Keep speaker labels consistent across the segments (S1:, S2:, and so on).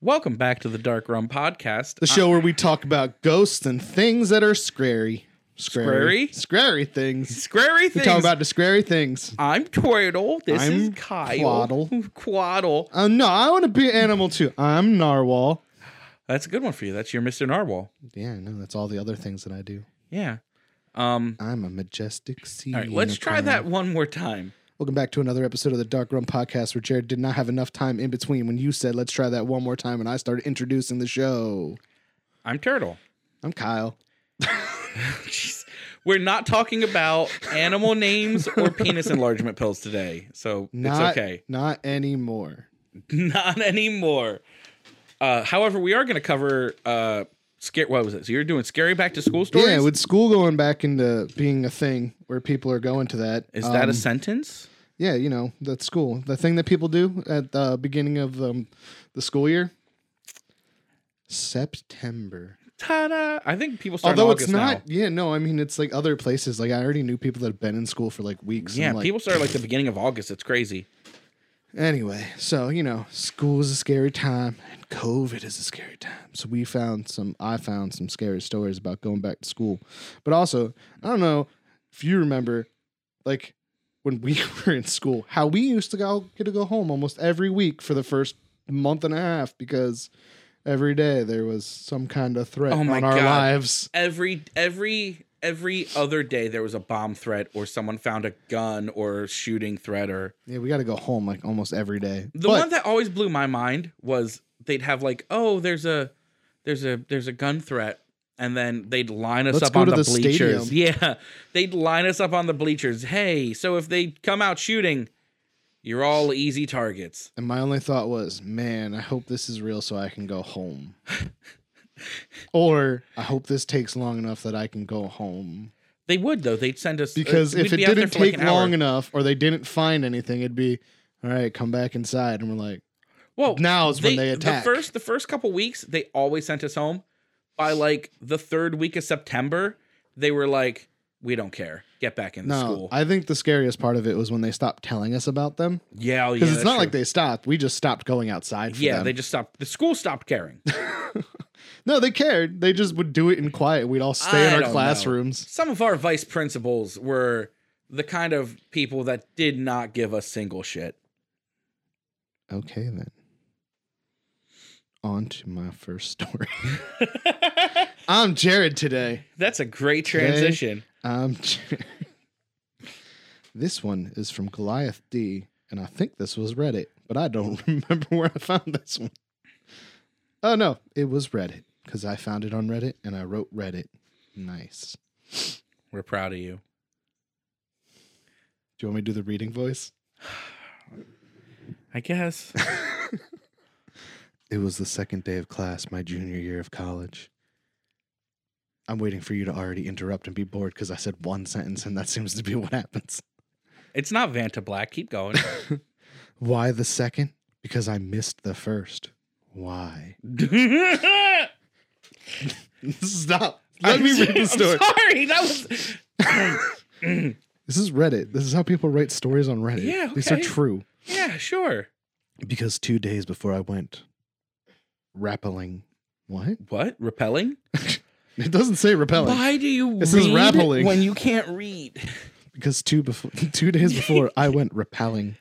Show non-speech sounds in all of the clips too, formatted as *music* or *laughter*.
S1: Welcome back to the Dark Rum Podcast.
S2: The show where we talk about ghosts and things that are scary. Scary?
S1: Scrary?
S2: Scary things.
S1: Scary
S2: We
S1: things.
S2: talk about the scary things.
S1: I'm Twiddle. This is
S2: I'm
S1: Kyle. *laughs*
S2: Quaddle.
S1: Quaddle.
S2: Uh, no, I want to be animal too. I'm narwhal.
S1: That's a good one for you. That's your Mr. Narwhal.
S2: Yeah, no, that's all the other things that I do.
S1: Yeah. Um.
S2: I'm a majestic sea.
S1: All right. Let's try
S2: unicorn.
S1: that one more time.
S2: Welcome back to another episode of the Dark Room Podcast, where Jared did not have enough time in between when you said, "Let's try that one more time," and I started introducing the show.
S1: I'm Turtle.
S2: I'm Kyle.
S1: Jeez. We're not talking about animal names
S2: *laughs*
S1: or penis enlargement pills today, so
S2: Not,
S1: it's okay. *laughs*
S2: Not anymore.
S1: Not anymore. Uh, however, we are going to cover uh, scare. What was it? So you're doing scary back to school stories.
S2: Yeah, with school going back into being a thing where people are going to that.
S1: is that
S2: um,
S1: a sentence?
S2: Yeah, you know, that's school. The thing that people do at the beginning of um, the school year. September.
S1: Ta-da! I think people start.
S2: Although
S1: in
S2: it's
S1: August
S2: not,
S1: now.
S2: yeah, no, I mean, it's like other places. Like I already knew people that have been in school for like weeks. and
S1: Yeah,
S2: I'm like,
S1: people start like the beginning of August. It's crazy.
S2: Anyway, so you know, school is a scary time, and COVID is a scary time. So we found some. I found some scary stories about going back to school, but also I don't know if you remember, like when we *laughs* were in school, how we used to go get to go home almost every week for the first month and a half because every day there was some kind of threat
S1: Oh my
S2: on our
S1: God.
S2: lives.
S1: Every every every other day there was a bomb threat or someone found a gun or shooting threat or
S2: Yeah, we got to go home like almost every day.
S1: The
S2: But-
S1: one that always blew my mind was they'd have like, oh, there's a, there's a, there's a gun threat, and then they'd line us
S2: Let's
S1: up
S2: go
S1: on
S2: to
S1: the,
S2: the
S1: bleachers. *laughs* Yeah, they'd line us up on the bleachers. Hey, so if they come out shooting, you're all easy targets.
S2: And my only thought was, man, I hope this is real so I can
S1: *laughs*
S2: go home. or I hope this takes long enough that I can go home.
S1: They would though. They'd send us
S2: Because
S1: uh,
S2: if
S1: we'd
S2: it
S1: be out there
S2: didn't
S1: for, like,
S2: take
S1: an hour.
S2: long enough or they didn't find anything, it'd be, all right, come back inside. And we're like,
S1: well,
S2: now is when they attack.
S1: Oh, The first, the first couple weeks, they always sent us home. By like the third week of September, they were like, we don't care. Get back into
S2: no,
S1: school.
S2: I think the scariest part of it was when they stopped telling us about them.
S1: yeah, oh, yeah.
S2: Because
S1: that's
S2: it's not
S1: true.
S2: like they stopped. We just stopped going outside for
S1: Yeah,
S2: them.
S1: they just stopped. The school stopped
S2: *laughs*
S1: caring.
S2: no, they cared. They just would do it in quiet. We'd all stay
S1: I
S2: in
S1: don't know.
S2: our classrooms.
S1: Some of our vice principals were the kind of people that did not give a single shit.
S2: *laughs* Okay, then. On to my first story. *laughs* I'm Jared today.
S1: That's a great transition.
S2: Um, this one is from Goliath D, and I think this was Reddit, but I don't *laughs* remember where I found this one. Oh no, it was Reddit because I found it on Reddit and I wrote Reddit. Nice.
S1: We're proud of you.
S2: Do you want me to do the reading voice?
S1: I
S2: *laughs*
S1: guess.
S2: It was the second day of class, my junior year of college. I'm waiting for you to already interrupt and be bored because I said one sentence, and that *laughs* seems to be what happens.
S1: It's not Vanta Black. Keep
S2: *laughs*
S1: going.
S2: Why the second? Because I missed the first. Why?
S1: *laughs*
S2: Stop. Let me read the story.
S1: *laughs* I'm sorry. That was
S2: This is Reddit. This is how people write stories on Reddit.
S1: Yeah,
S2: These are
S1: okay.
S2: true.
S1: Yeah, sure.
S2: Because two days before I went rappelling. What? *laughs*
S1: What? Repelling?
S2: It doesn't say rappelling.
S1: Why do you
S2: This is
S1: read
S2: rappelling.
S1: when you can't
S2: *laughs*
S1: read?
S2: Because two before *laughs* two days before I went rappelling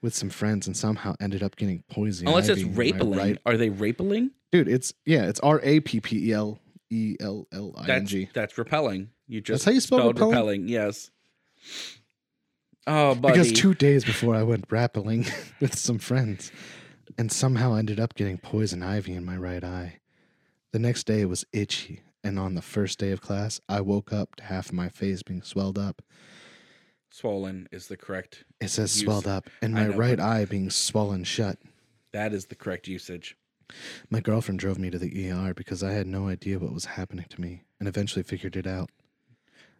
S2: with some friends and somehow ended up getting poisoned.
S1: Unless it's rapeling. Are they rapeling?
S2: Dude, it's yeah, it's R A P P E L E L L I N
S1: That's
S2: G.
S1: that's repelling. You just
S2: That's how you spell
S1: spelled
S2: rappelling?
S1: Yes. Oh, buddy.
S2: Because two days before I went rappelling *laughs* with some friends and somehow ended up getting poison ivy in my right eye. The next day was itchy, and on the first day of class, I woke up to half my face being swelled up.
S1: swollen is the correct.
S2: It says
S1: Use-
S2: swelled up, and
S1: I
S2: my
S1: know, but-
S2: right eye being swollen shut.
S1: That is the correct usage.
S2: My girlfriend E drove me to the ER because I had no idea what was happening to me and eventually figured it out.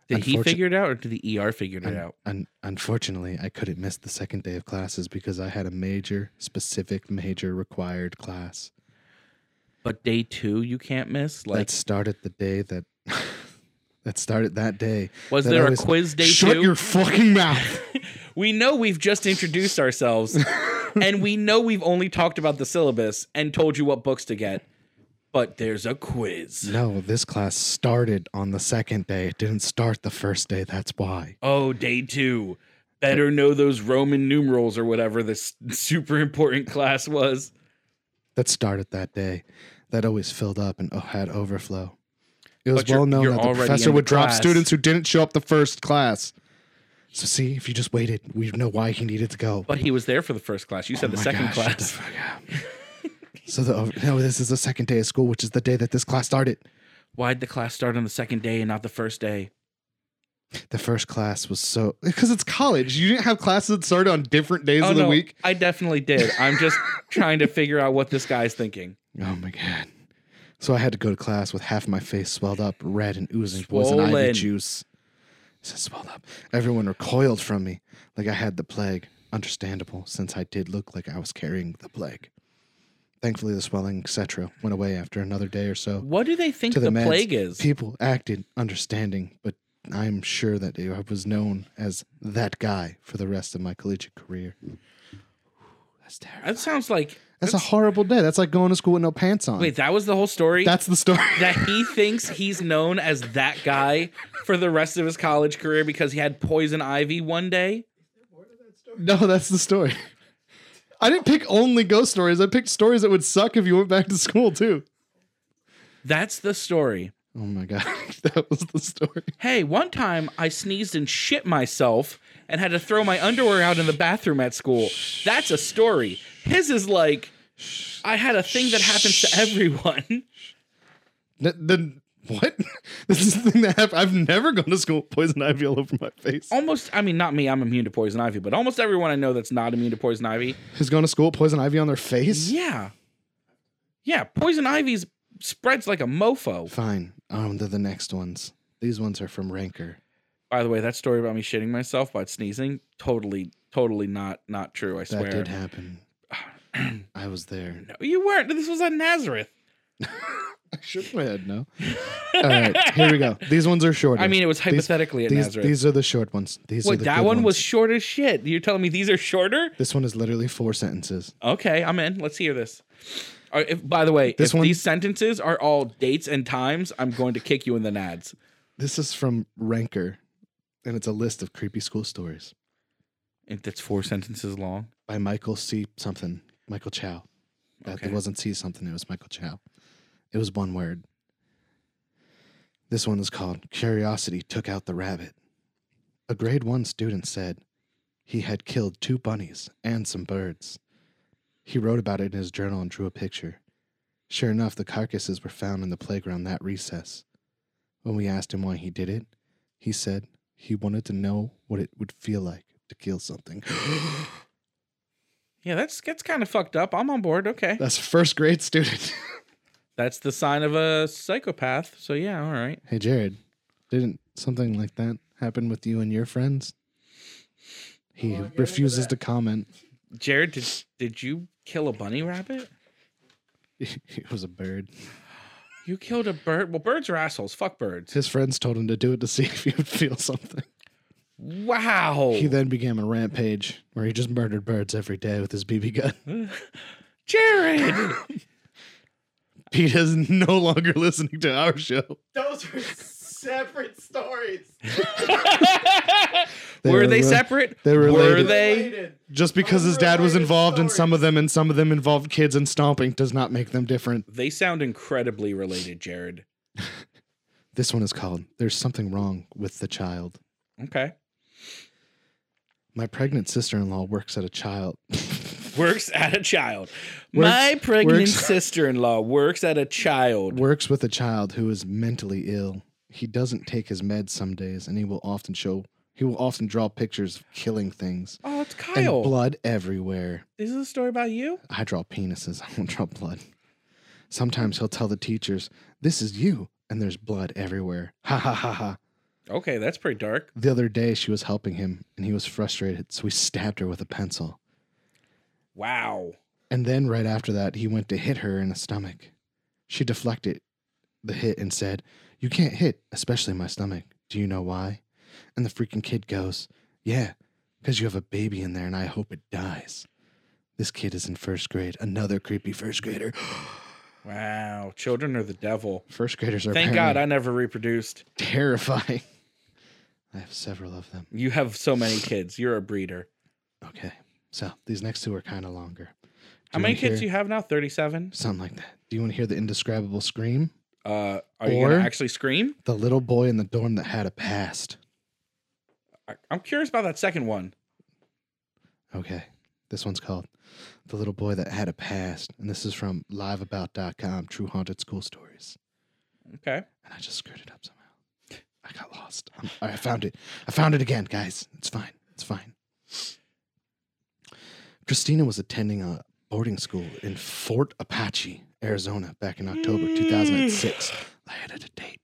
S1: Did he
S2: Unfortun-
S1: figure it out or did the ER figure it
S2: Un-
S1: out?
S2: un- unfortunately, I couldn't miss the second day of classes because I had a major, specific major required class
S1: But day two, you can't miss.
S2: that
S1: Like,
S2: started the day that *laughs* that started that day.
S1: was
S2: that
S1: there
S2: I
S1: a
S2: was-
S1: quiz day
S2: Shut
S1: two?
S2: your fucking mouth. *laughs*
S1: we know we've just introduced ourselves and we know we've only talked about the syllabus and told you what books to get, but there's a quiz.
S2: no, this class started on the second day. It didn't start the first day. That's why.
S1: Oh, day two. Better know those Roman numerals or whatever this super important class was.
S2: That started that day. That always filled up and oh, had overflow. It was
S1: But you're-
S2: well known
S1: you're
S2: that the
S1: already in
S2: professor
S1: the
S2: would drop
S1: class.
S2: students who didn't show up the first class. So see, if you just waited, we know why he needed to go.
S1: But he was there for the first class. You said
S2: Oh
S1: the
S2: my
S1: second
S2: gosh, shut the
S1: class. *laughs*
S2: fuck up. so the over- no, this is the second day of school, which is the day that this class started.
S1: Why'd the class start on the second day and not the first day?
S2: The first class was so because it's college. You didn't have classes that started on different days
S1: oh,
S2: of the
S1: no,
S2: week.
S1: I definitely did. I'm *laughs* just trying to figure out what this guy's thinking.
S2: Oh my god! So I had to go to class with half my face swelled up, red and oozing poison
S1: Swollen.
S2: ivy juice. It said swelled up. Everyone recoiled from me like I had the plague. Understandable, since I did look like I was carrying the plague. Thankfully, the swelling, etc., went away after another day or so.
S1: What do they think
S2: To
S1: the,
S2: the meds.
S1: plague is?
S2: People acted understanding, but I'm sure that I was known as that guy for the rest of my collegiate career. That's terrible.
S1: That sounds like
S2: That's a horrible day. That's like going to school with no pants on.
S1: wait, that was the whole story.
S2: That's the story. *laughs*
S1: that he thinks he's known as that guy for the rest of his college career because he had poison ivy one day.
S2: no, that's the story. I didn't pick only ghost stories. I picked stories that would suck if you went back to school too.
S1: That's the story.
S2: Oh my god, *laughs* that was the story.
S1: Hey, one time I sneezed and shit myself and had to throw my underwear out in the bathroom at school. That's a story. His is like I had a thing that happens to everyone. *laughs*
S2: N- Then what? *laughs* This is the thing that happened. I've never gone to school with poison ivy all over my face.
S1: Almost I mean not me, I'm immune to poison ivy, but almost everyone I know that's not immune to poison ivy
S2: Has gone to school with poison ivy on their face?
S1: Yeah. Yeah, poison ivy's spreads like a mofo.
S2: Fine. On to the next ones. These ones are from Ranker.
S1: By the way, that story about me shitting myself by sneezing, totally, totally not not true, I
S2: That
S1: swear.
S2: did happen. *clears throat* I was there.
S1: No, you weren't. This was at Nazareth.
S2: I shook my head. No. All right. Here we go. These ones are
S1: *laughs*
S2: shorter.
S1: I mean, it was hypothetically at
S2: these,
S1: Nazareth.
S2: these are the short ones. These are
S1: Wait,
S2: the
S1: that
S2: good
S1: one
S2: ones.
S1: was short as shit. You're telling me these are shorter?
S2: This one is literally four sentences.
S1: Okay, I'm in. Let's hear this. All right, if- by the way,
S2: This
S1: if
S2: one-
S1: these sentences are all dates and times, I'm going to kick you in the nads.
S2: This is from Ranker, and it's a list of creepy school stories
S1: And that's four sentences long.
S2: by Michael C. something. Michael Chow. That
S1: Okay.
S2: It wasn't C something, it was Michael Chow. It was one word. This one is called Curiosity Took Out the Rabbit. A grade one student said he had killed two bunnies and some birds. He wrote about it in his journal and drew a picture. Sure enough, the carcasses were found in the playground that recess. When we asked him why he did it, he said he wanted to know what it would feel like to kill something.
S1: Yeah, that's that's kind of fucked up. I'm on board. Okay.
S2: That's a first grade student. *laughs*
S1: That's the sign of a psychopath. So yeah, all right.
S2: Hey Jared, didn't something like that happen with you and your friends? He refuses to comment. *laughs*
S1: Jared, did did you kill a bunny rabbit?
S2: it was a bird.
S1: You killed a bird. Well, birds are assholes. Fuck birds.
S2: His friends told him to do it to *laughs* see if he would feel something.
S1: Wow.
S2: He then began a rampage where he just murdered birds every day with his BB gun. *laughs*
S1: Jared. *laughs*
S2: Pete is no longer listening to our show.
S3: Those were separate stories.
S2: *laughs* They
S1: were
S2: were
S1: they
S2: re-
S1: separate?
S2: they were
S1: were
S2: related.
S1: they?
S3: Related.
S2: Just because his dad was
S3: Unrelated
S2: involved in some
S3: stories.
S2: of them and some of them involved kids and stomping does not make them different.
S1: They sound incredibly related, Jared.
S2: This one is called There's Something Wrong with the Child.
S1: Okay.
S2: My pregnant sister in law works at a child.
S1: Works at a child.
S2: Works-
S1: My pregnant
S2: works-
S1: sister-in-law works at a child.
S2: works with a child who is mentally ill. He doesn't take his meds some days, and he will often show. He will often draw pictures of killing things
S1: Oh, it's
S2: and
S1: Kyle.
S2: blood everywhere.
S1: Is this a story about you?
S2: I draw penises. *laughs* I don't draw blood. Sometimes he'll tell the teachers, "This is you," and there's blood everywhere. Ha ha ha ha.
S1: Okay, that's pretty dark.
S2: The other day, she was helping him and he was frustrated, so he stabbed her with a pencil.
S1: Wow.
S2: And then, right after that, he went to hit her in the stomach. She deflected the hit and said, You can't hit, especially my stomach. Do you know why? And the freaking kid goes, Yeah, because you have a baby in there and I hope it dies. This kid is in first grade, another creepy first grader. *gasps*
S1: Wow. Children are the devil.
S2: First graders are
S1: Thank God I never reproduced.
S2: *laughs* terrifying. I have several of them.
S1: You have so many kids. You're a breeder.
S2: Okay. So these next two are kind of longer. Do
S1: How
S2: you
S1: many
S2: wanna hear-
S1: kids do you have now? 37?
S2: Something like that. Do you want to hear the indescribable scream?
S1: Uh, are you going
S2: Or-
S1: to actually scream?
S2: The little boy in the dorm that had a past.
S1: I- I'm curious about that second one.
S2: Okay. This one's called The Little Boy That Had a Past. And this is from liveabout.com, True Haunted School Stories. *clears throat*
S1: Okay.
S2: And I just screwed it up somehow. I got lost. I'm- I found it. I found it again, guys. It's fine. It's fine. Christina was attending a boarding school in Fort Apache, Arizona, back in October 2006. I added a date.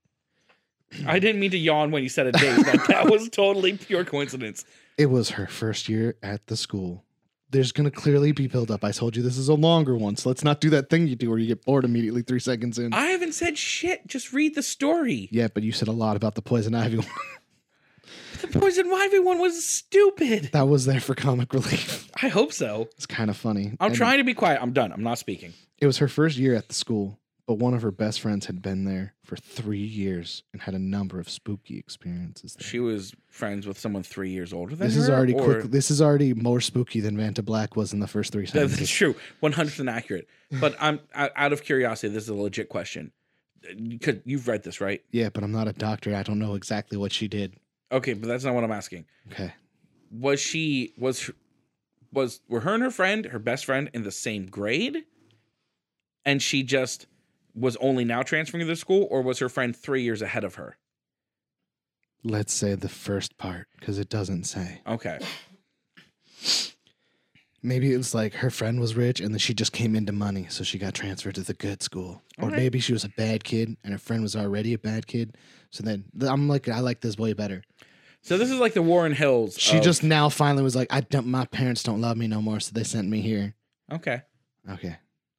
S1: I didn't mean to yawn when you said a date. That, that was totally pure coincidence.
S2: It was her first year at the school. There's going to clearly be buildup. I told you this is a longer one, so let's not do that thing you do where you get bored immediately three seconds in.
S1: I haven't said shit. Just read the story.
S2: yeah, but you said a lot about the poison ivy. *laughs* one.
S1: The poison ivy one was stupid.
S2: *laughs* that was there for comic relief. *laughs*
S1: I hope so.
S2: It's kind of funny.
S1: I'm
S2: And-
S1: trying to be quiet. I'm done. I'm not speaking.
S2: It was her first year at the school, but one of her best friends had been there for three years and had a number of spooky experiences. There.
S1: She was friends with someone three years older than
S2: this
S1: her.
S2: is already
S1: or-
S2: quick. This is already more spooky than Vanta Black was in the first three
S1: *laughs* That's
S2: sentences.
S1: true. One hundred percent accurate. But I'm I- out of curiosity. This is a legit question. Because you've read this, right?
S2: yeah, but I'm not a doctor. I don't know exactly what she did.
S1: Okay, but that's not what I'm asking.
S2: Okay,
S1: Was she was was were her and her friend, her best friend, in the same grade? And she just was only now transferring to the school, or was her friend three years ahead of her?
S2: let's say the first part because it doesn't say.
S1: Okay.
S2: Maybe it was like her friend was rich and then she just came into money, so she got transferred to the good school. Or
S1: Okay.
S2: maybe she was a bad kid and her friend was already a bad kid. So then I'm like, I like this way better.
S1: So this is like the Warren Hills.
S2: She
S1: of-
S2: just now finally was like, I don't, my parents don't love me no more, so they sent me here.
S1: Okay.
S2: Okay.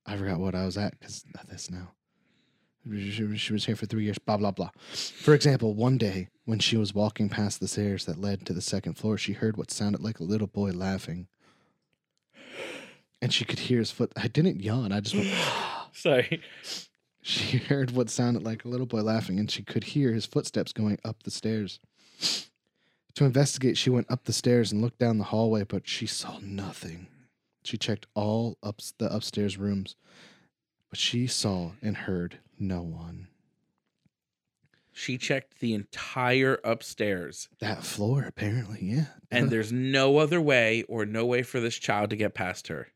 S2: I forgot what I was at because this now. She was- she was here for three years, blah, blah, blah. For example, one day when she was walking past the stairs that led to the second floor, she heard what sounded like a little boy laughing. And she could hear his foot. I didn't yawn. I just went,
S1: Sorry.
S2: *laughs* She heard what sounded like a little boy laughing, and she could hear his footsteps going up the stairs. To investigate, she went up the stairs and looked down the hallway, but she saw nothing. She checked all up the upstairs rooms, but she saw and heard no one.
S1: She checked the entire
S2: *laughs*
S1: upstairs,
S2: That floor, apparently, yeah.
S1: and there's no other way or no way for this child to get past her.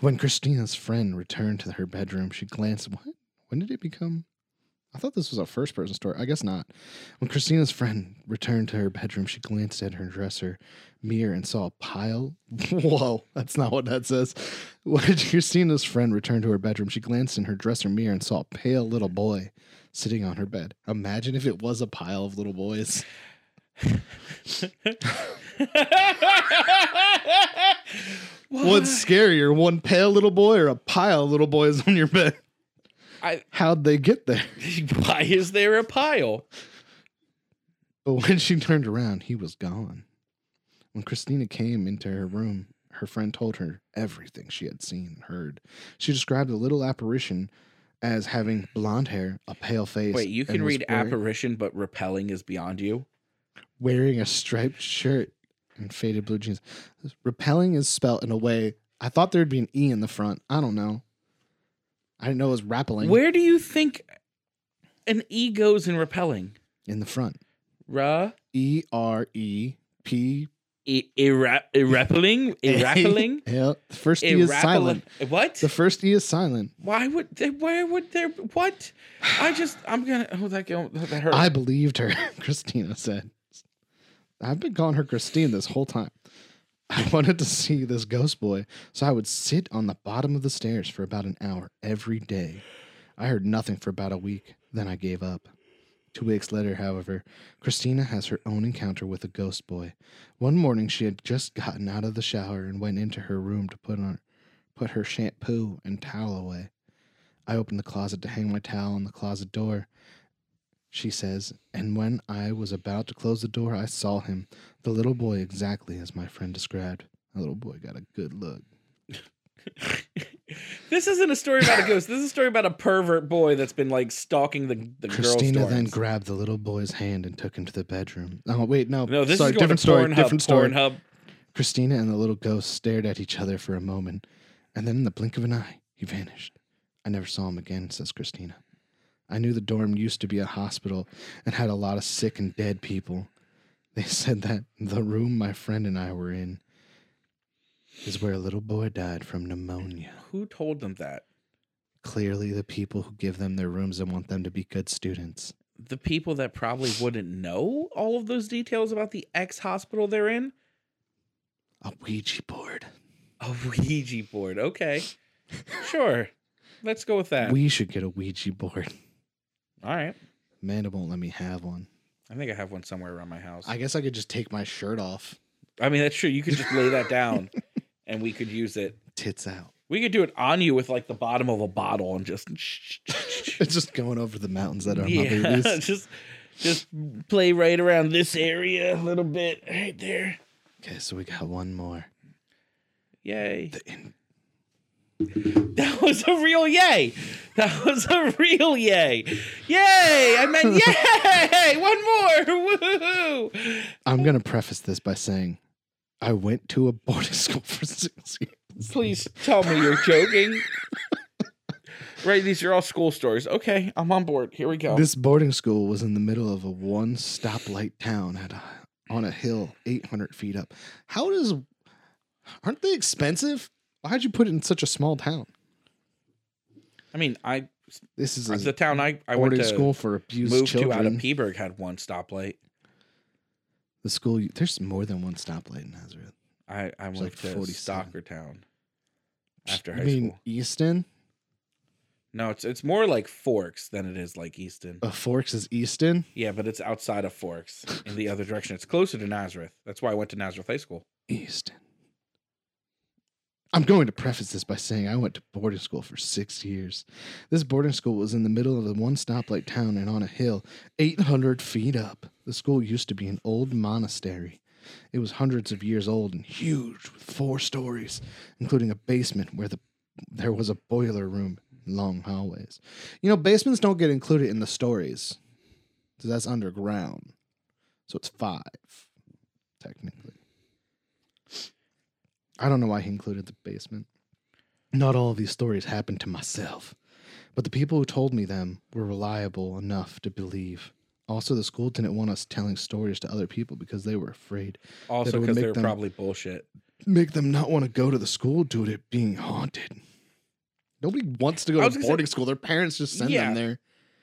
S2: When Christina's friend returned to her bedroom, she glanced. What? When did it become? I thought this was a first person story. I guess not. When Christina's friend returned to her bedroom, she glanced at her dresser mirror and saw a pile. *laughs* Whoa, that's not what that says. When Christina's friend returned to her bedroom, she glanced in her dresser mirror and saw a pale little boy sitting on her bed. Imagine if it was a pile of little boys. *laughs* What's scarier, one pale little boy or a pile of little boys on your bed?
S1: I-
S2: How'd they get there?
S1: *laughs* Why is there a pile?
S2: But when she turned around, he was gone. When Christina came into her room, her friend told her everything she had seen and heard. She described the little apparition as having blonde hair, a pale face.
S1: Wait, you
S2: and
S1: can
S2: was
S1: read
S2: wearing,
S1: apparition, but repelling is beyond you.
S2: wearing a striped shirt and faded blue jeans. Repelling is spelt in a way. I thought there'd be an e in the front. I don't know. I didn't know it was rappelling
S1: Where do you think an e goes in repelling?
S2: in the front.
S1: Ra
S2: E R E P
S1: e irra- irrepeling
S2: *laughs*
S1: irrepeling
S2: Yeah, the first e is
S1: irrepeling.
S2: silent.
S1: What?
S2: The first e is silent.
S1: why would they? Where would there? What? I just. I'm gonna. Oh, that go. That hurt.
S2: I believed her, *laughs* Christina said. I've been calling her Christine this whole time. I wanted to see this ghost boy, so I would sit on the bottom of the stairs for about an hour every day. I heard nothing for about a week, then I gave up. Two weeks later, however, Christina has her own encounter with a ghost boy. One morning, she had just gotten out of the shower and went into her room to put on put her shampoo and towel away. I opened the closet to hang my towel on the closet door. She says, and when I was about to close the door, I saw him, the little boy exactly as my friend described. The little boy got a good look.
S1: This isn't a story about a ghost. This is a story about a pervert boy that's been like stalking the the
S2: Christina
S1: girl.
S2: then
S1: storms.
S2: grabbed the little boy's hand and took him to the bedroom. Oh wait, no,
S1: no, this
S2: sorry,
S1: is going
S2: different
S1: to
S2: story,
S1: Pornhub,
S2: different story.
S1: Pornhub.
S2: Christina and the little ghost stared at each other for a moment, and then in the blink of an eye, he vanished. I never saw him again, says Christina. I knew the dorm used to be a hospital and had a lot of sick and dead people. They *laughs* said that the room my friend and I were in is where a little boy died from pneumonia.
S1: Who told them that?
S2: Clearly, the people who give them their rooms and want them to be good students.
S1: The people that probably wouldn't know all of those details about the ex hospital they're in.
S2: A Ouija board.
S1: A Ouija board. Okay, sure. Let's go with that.
S2: We should get a Ouija board.
S1: all right.
S2: Amanda won't let me have one.
S1: I think I have one somewhere around my house.
S2: I guess I could just take my shirt off,
S1: I mean, that's true. You could just lay that
S2: *laughs*
S1: down, and we could use it.
S2: tits out.
S1: We could do it on you with like the bottom of a bottle and just *laughs*
S2: It's just going over the mountains that are my
S1: yeah,
S2: babies.
S1: *laughs* just just play right around this area a little bit right there.
S2: Okay, so we got one more.
S1: Yay!
S2: The in-
S1: That was a real yay. That was a real yay. Yay! I
S2: *laughs*
S1: meant yay. One more. Woohoo!
S2: I'm going to preface this by saying I went to a boarding school *laughs* for six years.
S1: Please tell me you're joking. right, these are all school stories. Okay, I'm on board. Here we go.
S2: This boarding school was in the middle of a one stoplight town at a, on a hill 800 feet up. How does. Aren't they expensive? Why'd you put it in such a small town?
S1: I mean, I
S2: This is a
S1: the town I I went
S2: boarding
S1: to
S2: school for abused
S1: moved to out of
S2: children.
S1: Peaburg had one stoplight.
S2: the school, there's more than one stoplight in Nazareth.
S1: I I
S2: was
S1: moved
S2: like
S1: to
S2: 47.
S1: Stockertown after
S2: You
S1: high
S2: mean
S1: school.
S2: Easton?
S1: No, it's it's more like Forks than it is like Easton.
S2: Uh, Forks is Easton?
S1: Yeah, but it's outside of Forks in the other direction. It's closer to Nazareth. That's why I went to Nazareth High School.
S2: Easton. I'm going to preface this by saying I went to boarding school for six years. This boarding school was in the middle of the one stoplight town and on a hill 800 feet up. The school used to be an old monastery. It was hundreds of years old and huge with four stories, including a basement where the there was a boiler room and long hallways. You know, basements don't get included in the stories. So that's underground. So it's five, technically. I don't know why he included the basement. Not all of these stories happened to myself, but the people who told me them were reliable enough to believe. Also, the school didn't want us telling stories to other people because they were afraid
S1: Also,
S2: would
S1: because
S2: make
S1: they were
S2: them-
S1: probably bullshit.
S2: make them not want to go to the school due to it being haunted. Nobody wants to
S1: I
S2: go
S1: was
S2: to
S1: gonna
S2: boarding school. Their parents just send
S1: Yeah.
S2: them there.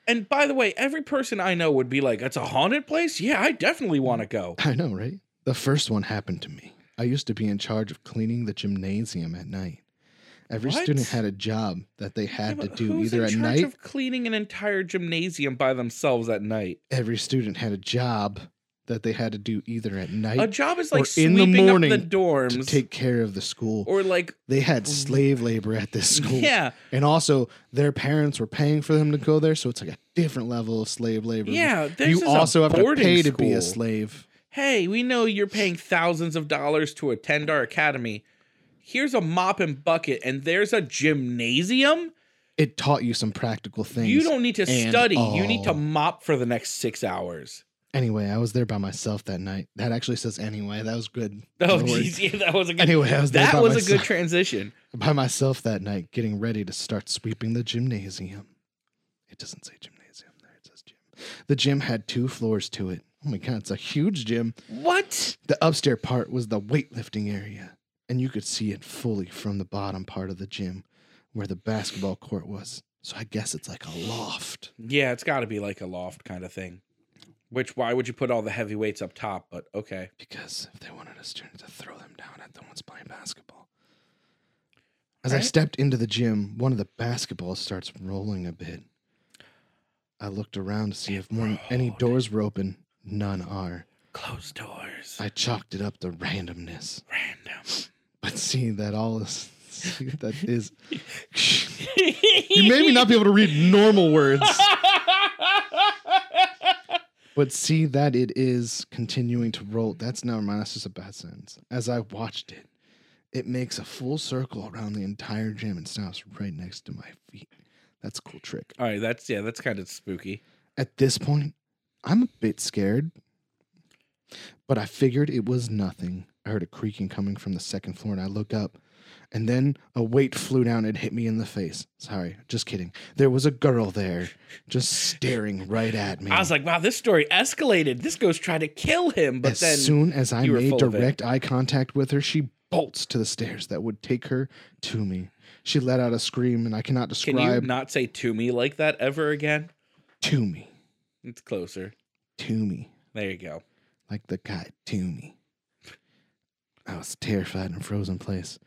S1: And by the way, every person I know would be like, "It's a haunted place." Yeah, I
S2: Mm.
S1: definitely want to go.
S2: I know, right? The first one happened to me. I used to be in charge of cleaning the gymnasium at night. Every
S1: What?
S2: student had a job that they
S1: Yeah,
S2: had to
S1: but
S2: do
S1: who's in
S2: either at
S1: charge
S2: night.
S1: of cleaning an entire gymnasium by themselves at night.
S2: every student had a job that they had to do either at
S1: A
S2: night
S1: job is like
S2: or in the
S1: sweeping
S2: morning
S1: up the
S2: to
S1: dorms
S2: take care of the school.
S1: or like
S2: they had slave labor at this school.
S1: Mm. yeah,
S2: And also, their parents were paying for them to go there. So it's like a different level of slave labor.
S1: yeah. This
S2: You
S1: is a
S2: also have to
S1: boarding
S2: pay to be a
S1: school.
S2: slave.
S1: hey, we know you're paying thousands of dollars to attend our academy. Here's a mop and bucket, and there's a gymnasium.
S2: It taught you some practical things.
S1: You don't need to
S2: and
S1: study. You need to
S2: all.
S1: mop for the next six hours. *laughs*
S2: Anyway, I was there by myself that night. That actually says anyway. That was good.
S1: Oh,
S2: Good work.
S1: *laughs* geez, yeah, that was a good.
S2: Anyway, I was there by
S1: that was a
S2: myself.
S1: good transition.
S2: by myself that night, getting ready to start sweeping the gymnasium. It doesn't say gymnasium there, it says gym. The gym had two floors to it. Oh my god, it's a huge gym.
S1: What?
S2: The upstairs part was the weightlifting area, and you could see it fully from the bottom part of the gym where the basketball court was. So I guess it's like a loft.
S1: Yeah, it's got to be like a loft kind of thing. Which why would you put all the heavy weights up top? But okay,
S2: Because if they wanted a student to throw them down at the ones playing basketball. As I
S1: Right.
S2: stepped into the gym, one of the basketballs starts rolling a bit. I looked around to see if more, any doors were open. None are.
S1: Closed doors.
S2: I chalked it up to randomness.
S1: Random.
S2: But seeing that all is see, that is You may not be able to read normal words. But see that it is continuing to roll. That's never mind. That's just a bad sentence. As I watched it, it makes a full circle around the entire gym and stops right next to my feet. That's a cool trick.
S1: All right, that's yeah, that's kind of spooky.
S2: At this point, I'm a bit scared, but I figured it was nothing. I heard a creaking coming from the second floor and I look up, and then a weight flew down and hit me in the face. Sorry, just kidding. There was a girl there just staring right at me.
S1: I was like, wow, this story escalated. This ghost tried to kill him, but
S2: as
S1: then
S2: soon as I
S1: you were
S2: made
S1: full of it.
S2: direct eye contact with her, she bolts to the stairs that would take her to me. She let out a scream, and I cannot
S1: can you
S2: describe
S1: not say to me like that ever again?
S2: to me,
S1: It's closer.
S2: to me,
S1: There you
S2: *laughs*
S1: go.
S2: like the guy to me. I was terrified and frozen place.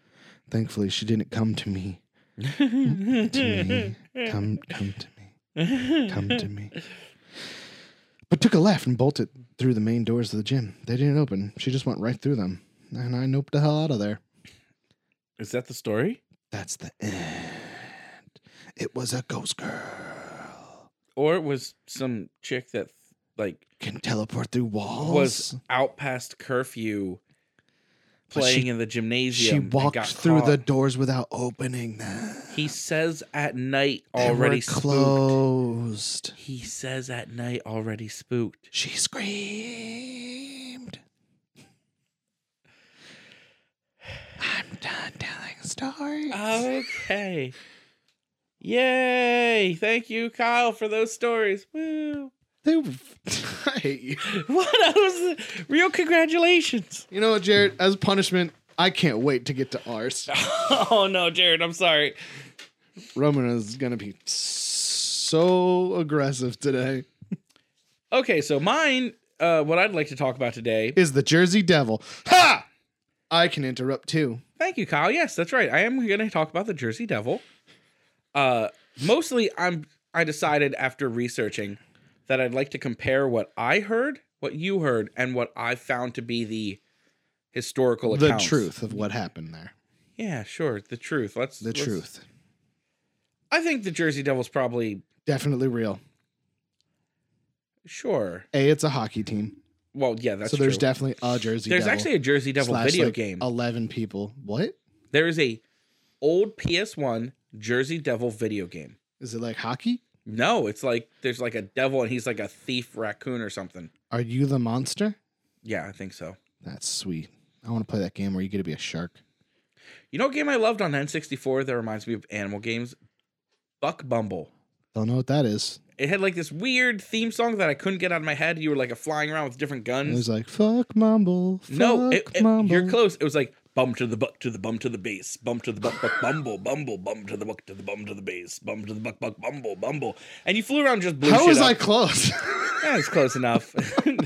S2: Thankfully, she didn't come to me. To me, come, come to me. come to me. But took a left and bolted through the main doors of the gym. They didn't open. She just went right through them. And I noped the hell out of there.
S1: Is that the story?
S2: That's the end. It was a ghost girl.
S1: Or it was some chick that like
S2: Can teleport through walls.
S1: was out past curfew
S2: But
S1: playing
S2: she-
S1: in the
S2: she
S1: gymnasium. and got
S2: walked through the
S1: caught.
S2: doors without opening them.
S1: He says at night
S2: They were
S1: already spooked.
S2: closed.
S1: He says at night already spooked.
S2: She screamed. I'm done telling stories.
S1: Okay. Yay! Thank you, Kyle, for those stories. Woo! *laughs*
S2: They were- *laughs* I hate you.
S1: What was real congratulations? *laughs*
S2: You know what, Jared? As punishment, I can't wait to get to ours.
S1: Oh no, Jared, I'm sorry.
S2: Roman is gonna be so aggressive today.
S1: Okay, so mine, uh, what I'd like to talk about today.
S2: Is the Jersey Devil? *laughs* Ha! I can interrupt too.
S1: Thank you, Kyle. Yes, that's right. I am going to talk about the Jersey Devil. Uh, mostly, I'm. I decided after researching that I'd like to compare what I heard, what you heard, and what I found to be the historical
S2: the
S1: accounts.
S2: truth of what happened there.
S1: Yeah, sure. The truth. Let's
S2: The
S1: let's-
S2: truth.
S1: I think the Jersey Devils probably
S2: Definitely real.
S1: sure.
S2: A, it's a hockey team.
S1: Well, yeah, that's
S2: so there's
S1: true.
S2: definitely a Jersey
S1: there's
S2: Devil.
S1: actually a Jersey Devil
S2: slash,
S1: video
S2: like,
S1: game.
S2: Eleven people. What
S1: There is a old PS1 Jersey Devil video game.
S2: is it like hockey?
S1: No, it's like there's like a devil and he's like a thief raccoon or something.
S2: Are you the monster?
S1: Yeah, I think so.
S2: That's sweet. I want to play that game where you get to be a shark.
S1: You know what game I loved on N64 that reminds me of animal games? Buck Bumble.
S2: Don't know what that is.
S1: It had like this weird theme song that I couldn't get out of my head. You were like a flying around with different
S2: It
S1: guns.
S2: was like fuck mumble. Fuck
S1: no, it, it-
S2: mumble.
S1: you're close. It was like bum to the buck to the bum to the bass, bum to the buck buck bumble bumble bum to the buck to the bum to the bass, bum to the buck buck bumble bumble. And you flew around and just blew
S2: How
S1: shit
S2: was I
S1: up. *laughs*
S2: close?
S1: That was close enough. *laughs*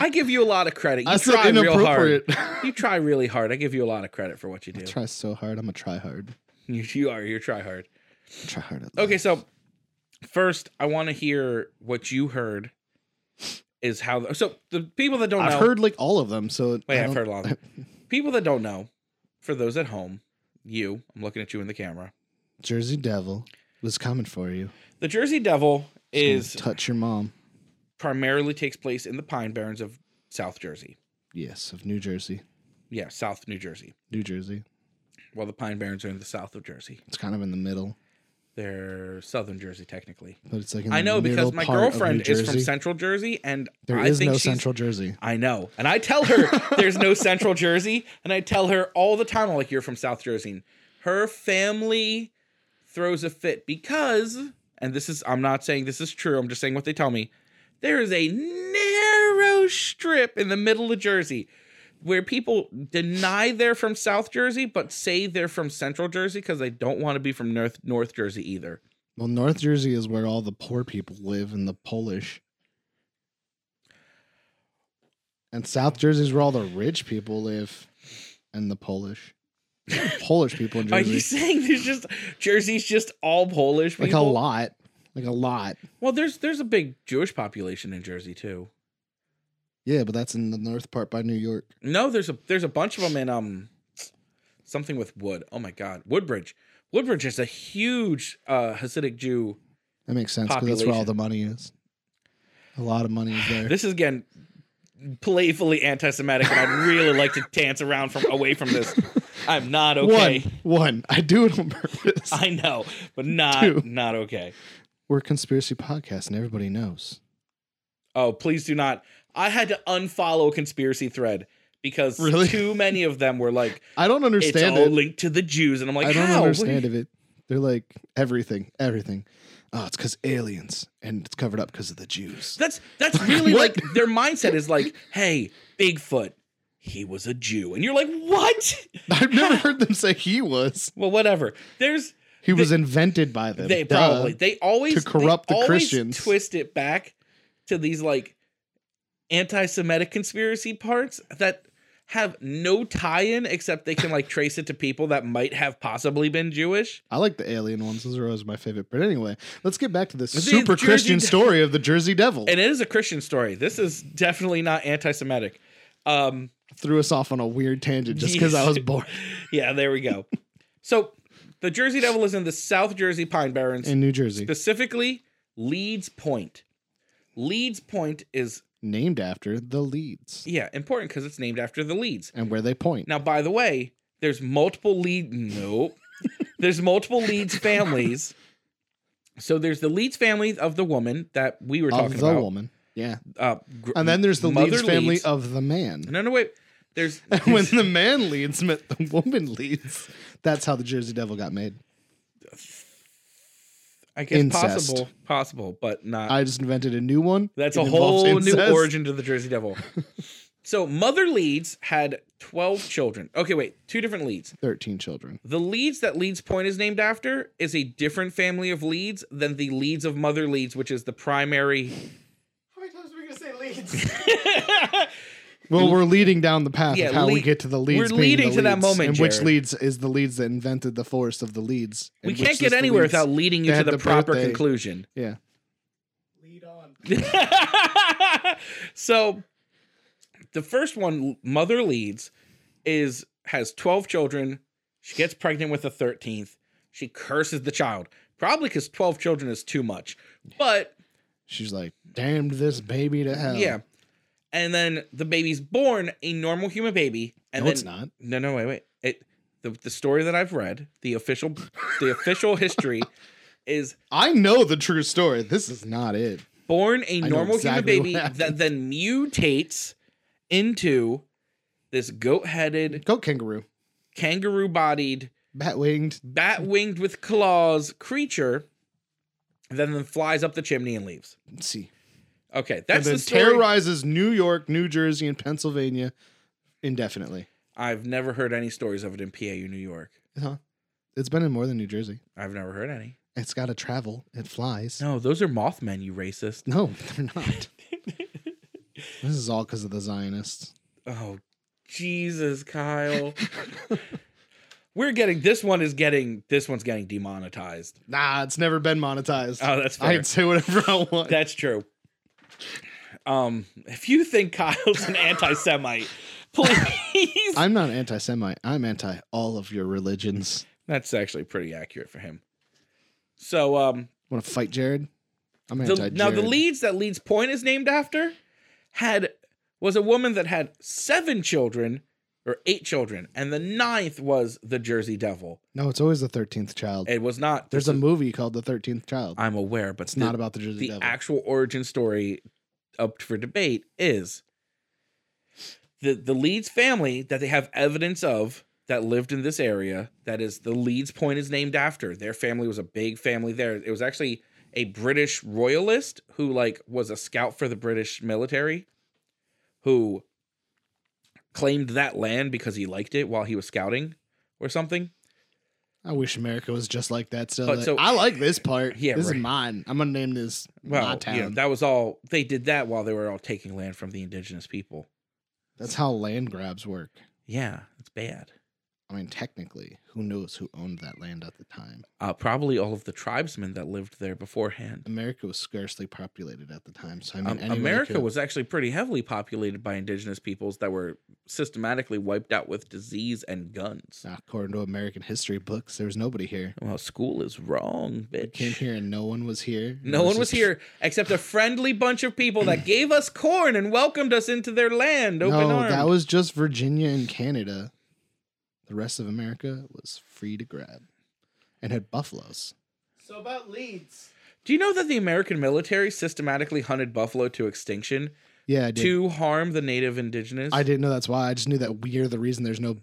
S1: I give you a lot of credit. You
S2: I said
S1: try real hard.
S2: *laughs* inappropriate.
S1: You try really hard. I give you a lot of credit for what you do.
S2: try so hard. I'm a try hard.
S1: You, you are. You try hard.
S2: Try hard. At
S1: Okay, so first, I want to hear what you heard. Is how the, so the people that don't
S2: I've
S1: know.
S2: heard like all of them. So
S1: Wait,
S2: I
S1: I've
S2: don't-
S1: heard a lot.
S2: *laughs*
S1: of them. People that don't know, for those at home, you, I'm looking at you in the camera.
S2: Jersey Devil was coming for you.
S1: The Jersey Devil
S2: Is
S1: is
S2: touch your mom?
S1: primarily takes place in the Pine Barrens of South Jersey.
S2: Yes, of New Jersey.
S1: Yeah, South New Jersey.
S2: New Jersey.
S1: Well, the Pine Barrens are in the south of Jersey.
S2: It's kind of in the middle,
S1: They're southern Jersey, technically.
S2: but it's like in the
S1: I know
S2: middle
S1: because my
S2: part of New
S1: girlfriend is from
S2: Jersey.
S1: central Jersey, and
S2: There is
S1: I think
S2: no
S1: she's,
S2: Central Jersey.
S1: I know. And I tell
S2: *laughs*
S1: her there's no Central Jersey. And I tell her all the time, I'm like, you're from South Jersey. And her family throws a fit because, and this is, I'm not saying this is true, I'm just saying what they tell me. There is a narrow strip in the middle of Jersey where people deny they're from South Jersey, but say they're from Central Jersey because they don't want to be from North, North Jersey either.
S2: Well, North Jersey is where all the poor people live and the Polish. And South Jersey is where all the rich people live and the Polish. Polish people
S1: *laughs*
S2: in
S1: Are you
S2: Jersey.
S1: saying there's just, Jersey's just all Polish
S2: Like
S1: people?
S2: a lot. like a lot.
S1: Well, there's there's a big Jewish population in Jersey too.
S2: Yeah, but that's in the north part by New York.
S1: No, there's a there's a bunch of them in um something with wood. Oh my God, Woodbridge. Woodbridge is a huge uh, Hasidic Jew.
S2: That makes sense because that's where
S1: Population.
S2: all the money is. A lot of money
S1: *sighs*
S2: is there.
S1: This is again playfully anti-Semitic, and I'd really like to dance around from away from this. I'm not okay.
S2: One, one. I do it
S1: *laughs*
S2: on purpose.
S1: I know, but not
S2: Two.
S1: not okay.
S2: We're a conspiracy podcast, and everybody knows.
S1: Oh, please do not. I had to unfollow a conspiracy thread because
S2: Really?
S1: too many of them were like,
S2: I don't
S1: it's
S2: understand
S1: all
S2: it.
S1: linked to the Jews. And I'm like,
S2: I don't
S1: how?
S2: understand of it. They're like everything, everything. Oh, it's because aliens, and it's covered up because of the Jews.
S1: That's that's really like
S2: What?
S1: their mindset is like, hey, Bigfoot, he was a Jew. And you're like, what?
S2: *laughs*
S1: *laughs*
S2: I've never heard them say he was.
S1: Well, whatever. There's
S2: He was invented by them.
S1: they
S2: Duh.
S1: probably they always
S2: To corrupt
S1: they
S2: the
S1: always
S2: Christians.
S1: twist it back to these like anti-Semitic conspiracy parts that have no tie-in except they can like trace it to people that might have possibly been Jewish.
S2: I like the alien ones. Those are always my favorite. But anyway, let's get back to this
S1: The
S2: super
S1: Jersey
S2: Christian
S1: Devil.
S2: story of the Jersey Devil.
S1: And it is a Christian story. This is definitely not anti-Semitic. Um,
S2: Threw us off on a weird tangent just because I was bored.
S1: yeah, there we
S2: *laughs*
S1: go. so the Jersey Devil is in the South Jersey Pine Barrens,
S2: In New Jersey.
S1: specifically Leeds Point. Leeds Point is
S2: Named after the Leeds
S1: yeah important because it's named after the Leeds.
S2: and where they point.
S1: Now, by the way, there's multiple lead.
S2: *laughs*
S1: Nope. there's multiple Leeds families. So there's the Leeds family of the woman that we were talking
S2: of the
S1: about.
S2: woman. Yeah.
S1: Uh, gr-
S2: And then there's the
S1: Mother
S2: Leeds family
S1: Leeds.
S2: of the man.
S1: no, no, wait.
S2: *laughs*
S1: There's
S2: And when the man leads met the woman leads, that's how the Jersey Devil got made.
S1: I guess
S2: incest.
S1: possible, possible, but not.
S2: I just invented a new one.
S1: That's
S2: It
S1: a
S2: involves
S1: whole
S2: incest.
S1: new origin to the Jersey
S2: *laughs*
S1: Devil. so Mother Leeds had 12 children. Okay, wait, two different Leeds.
S2: 13 children.
S1: The Leeds that Leeds Point is named after is a different family of Leeds than the Leeds of Mother Leeds, which is the
S2: *laughs*
S1: primary. *laughs*
S3: How many times are we gonna say leads?
S2: Well, we're leading down the path
S1: Yeah,
S2: of how we
S1: lead-
S2: get to the leads.
S1: we're
S2: being
S1: leading
S2: the
S1: to that
S2: leads,
S1: moment,
S2: And which
S1: Jared.
S2: leads is the leads that invented the forest of the leads.
S1: we
S2: and which
S1: can't
S2: is
S1: get
S2: the
S1: anywhere
S2: leads-
S1: without leading you to
S2: that had
S1: the,
S2: the
S1: proper
S2: birthday.
S1: conclusion.
S2: Yeah.
S3: Lead on.
S1: *laughs* so the first one, Mother Leeds, is has 12 children. She gets pregnant with the 13th. She curses the child. Probably because 12 children is too much. But
S2: She's like, damned this baby to hell.
S1: yeah. And then the baby's born a normal human baby. And
S2: No,
S1: then,
S2: it's not.
S1: No, no, wait, wait. It the, the story that I've read, the official the official
S2: *laughs*
S1: history is
S2: I know the true story. This is not it.
S1: born a
S2: know
S1: normal
S2: exactly
S1: human baby
S2: what happened.
S1: that then mutates into this goat-headed,
S2: Goat kangaroo,
S1: kangaroo-bodied,
S2: bat winged.
S1: bat-winged with claws creature, then then flies up the chimney and leaves.
S2: See.
S1: Okay, that's
S2: and
S1: the
S2: then
S1: story.
S2: terrorizes New York, New Jersey, and Pennsylvania indefinitely.
S1: I've never heard any stories of it in PAU, New York.
S2: Huh? It's been in more than New Jersey.
S1: I've never heard any.
S2: It's got to travel. It flies.
S1: No, those are Mothmen, you racist.
S2: No, they're
S1: *laughs*
S2: not. this is all because of the Zionists.
S1: Oh, Jesus,
S2: *laughs*
S1: Kyle. We're getting this one is getting this one's getting demonetized.
S2: Nah, it's never been monetized.
S1: Oh, that's fair.
S2: *laughs* I can say whatever I
S1: *laughs*
S2: want.
S1: That's true. Um, if you think Kyle's an
S2: *laughs*
S1: anti-Semite, please.
S2: I'm not anti Semite. I'm anti all of your religions.
S1: That's actually pretty accurate for him. So, um,
S2: Want to fight Jared? I'm
S1: the-
S2: anti
S1: now the Leeds that Leeds Point is named after had was a woman that had seven children or eight children, and the ninth was the Jersey Devil.
S2: No, it's always the 13th child.
S1: It was not.
S2: There's a movie called The 13th Child.
S1: I'm aware, but
S2: It's not about the Jersey
S1: the
S2: Devil.
S1: actual origin story up for debate is the the Leeds family that they have evidence of that lived in this area that is the Leeds point is named after their family was a big family there it was actually a British royalist who like was a scout for the British military who claimed that land because he liked it while he was scouting or something
S2: I wish America was just like that. So,
S1: But
S2: that-
S1: so-
S2: I like this part.
S1: Yeah,
S2: this
S1: right.
S2: is mine. I'm gonna name this my
S1: well
S2: town.
S1: yeah, that was all they did that while they were all taking land from the indigenous people
S2: That's how land grabs work.
S1: yeah it's bad
S2: I mean, technically, who knows who owned that land at the time?
S1: Uh, probably all of the tribesmen that lived there beforehand.
S2: America was scarcely populated at the time, so I mean,
S1: Um,
S2: anybody
S1: America
S2: could-
S1: was actually pretty heavily populated by indigenous peoples that were systematically wiped out with disease and guns.
S2: according to American history books. There was nobody here.
S1: Well, school is wrong, bitch.
S2: Came here and no one was here.
S1: *laughs* No
S2: It
S1: one was
S2: just-
S1: here except a friendly bunch of people that gave us corn and welcomed us into their land. Open
S2: no,
S1: arms.
S2: that was just Virginia and Canada. The rest of America was free to grab, and had buffaloes.
S3: So about leads.
S1: Do you know that the American military systematically hunted buffalo to extinction
S2: Yeah, I did.
S1: to harm the native indigenous?
S2: I didn't know that's why. I just knew that we are the reason there's no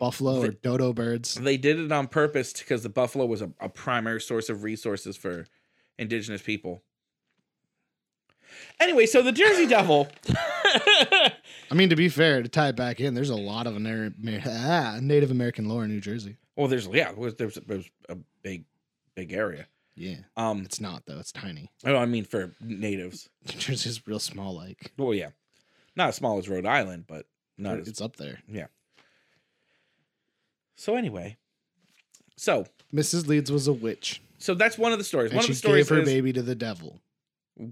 S2: buffalo or
S1: The-
S2: dodo birds.
S1: They did it on purpose because the buffalo was a, a primary source of resources for indigenous people. Anyway, so the Jersey
S2: *laughs*
S1: Devil.
S2: I mean, to be fair, to tie it back in, there's a lot of Amer- Amer- ah, Native American lore in New Jersey.
S1: well, there's yeah, there's there's a big, big area.
S2: Yeah,
S1: Um, oh,
S2: it's not though. It's tiny. *laughs*
S1: I don't- I mean for natives.
S2: New Jersey's real small. Like
S1: Well, yeah, not as small as Rhode Island, but not as
S2: it's up there.
S1: So anyway, so
S2: Mrs. Leeds was a witch,
S1: so that's one of the stories.
S2: and
S1: one of
S2: she
S1: the stories
S2: gave her
S1: is
S2: baby to the devil.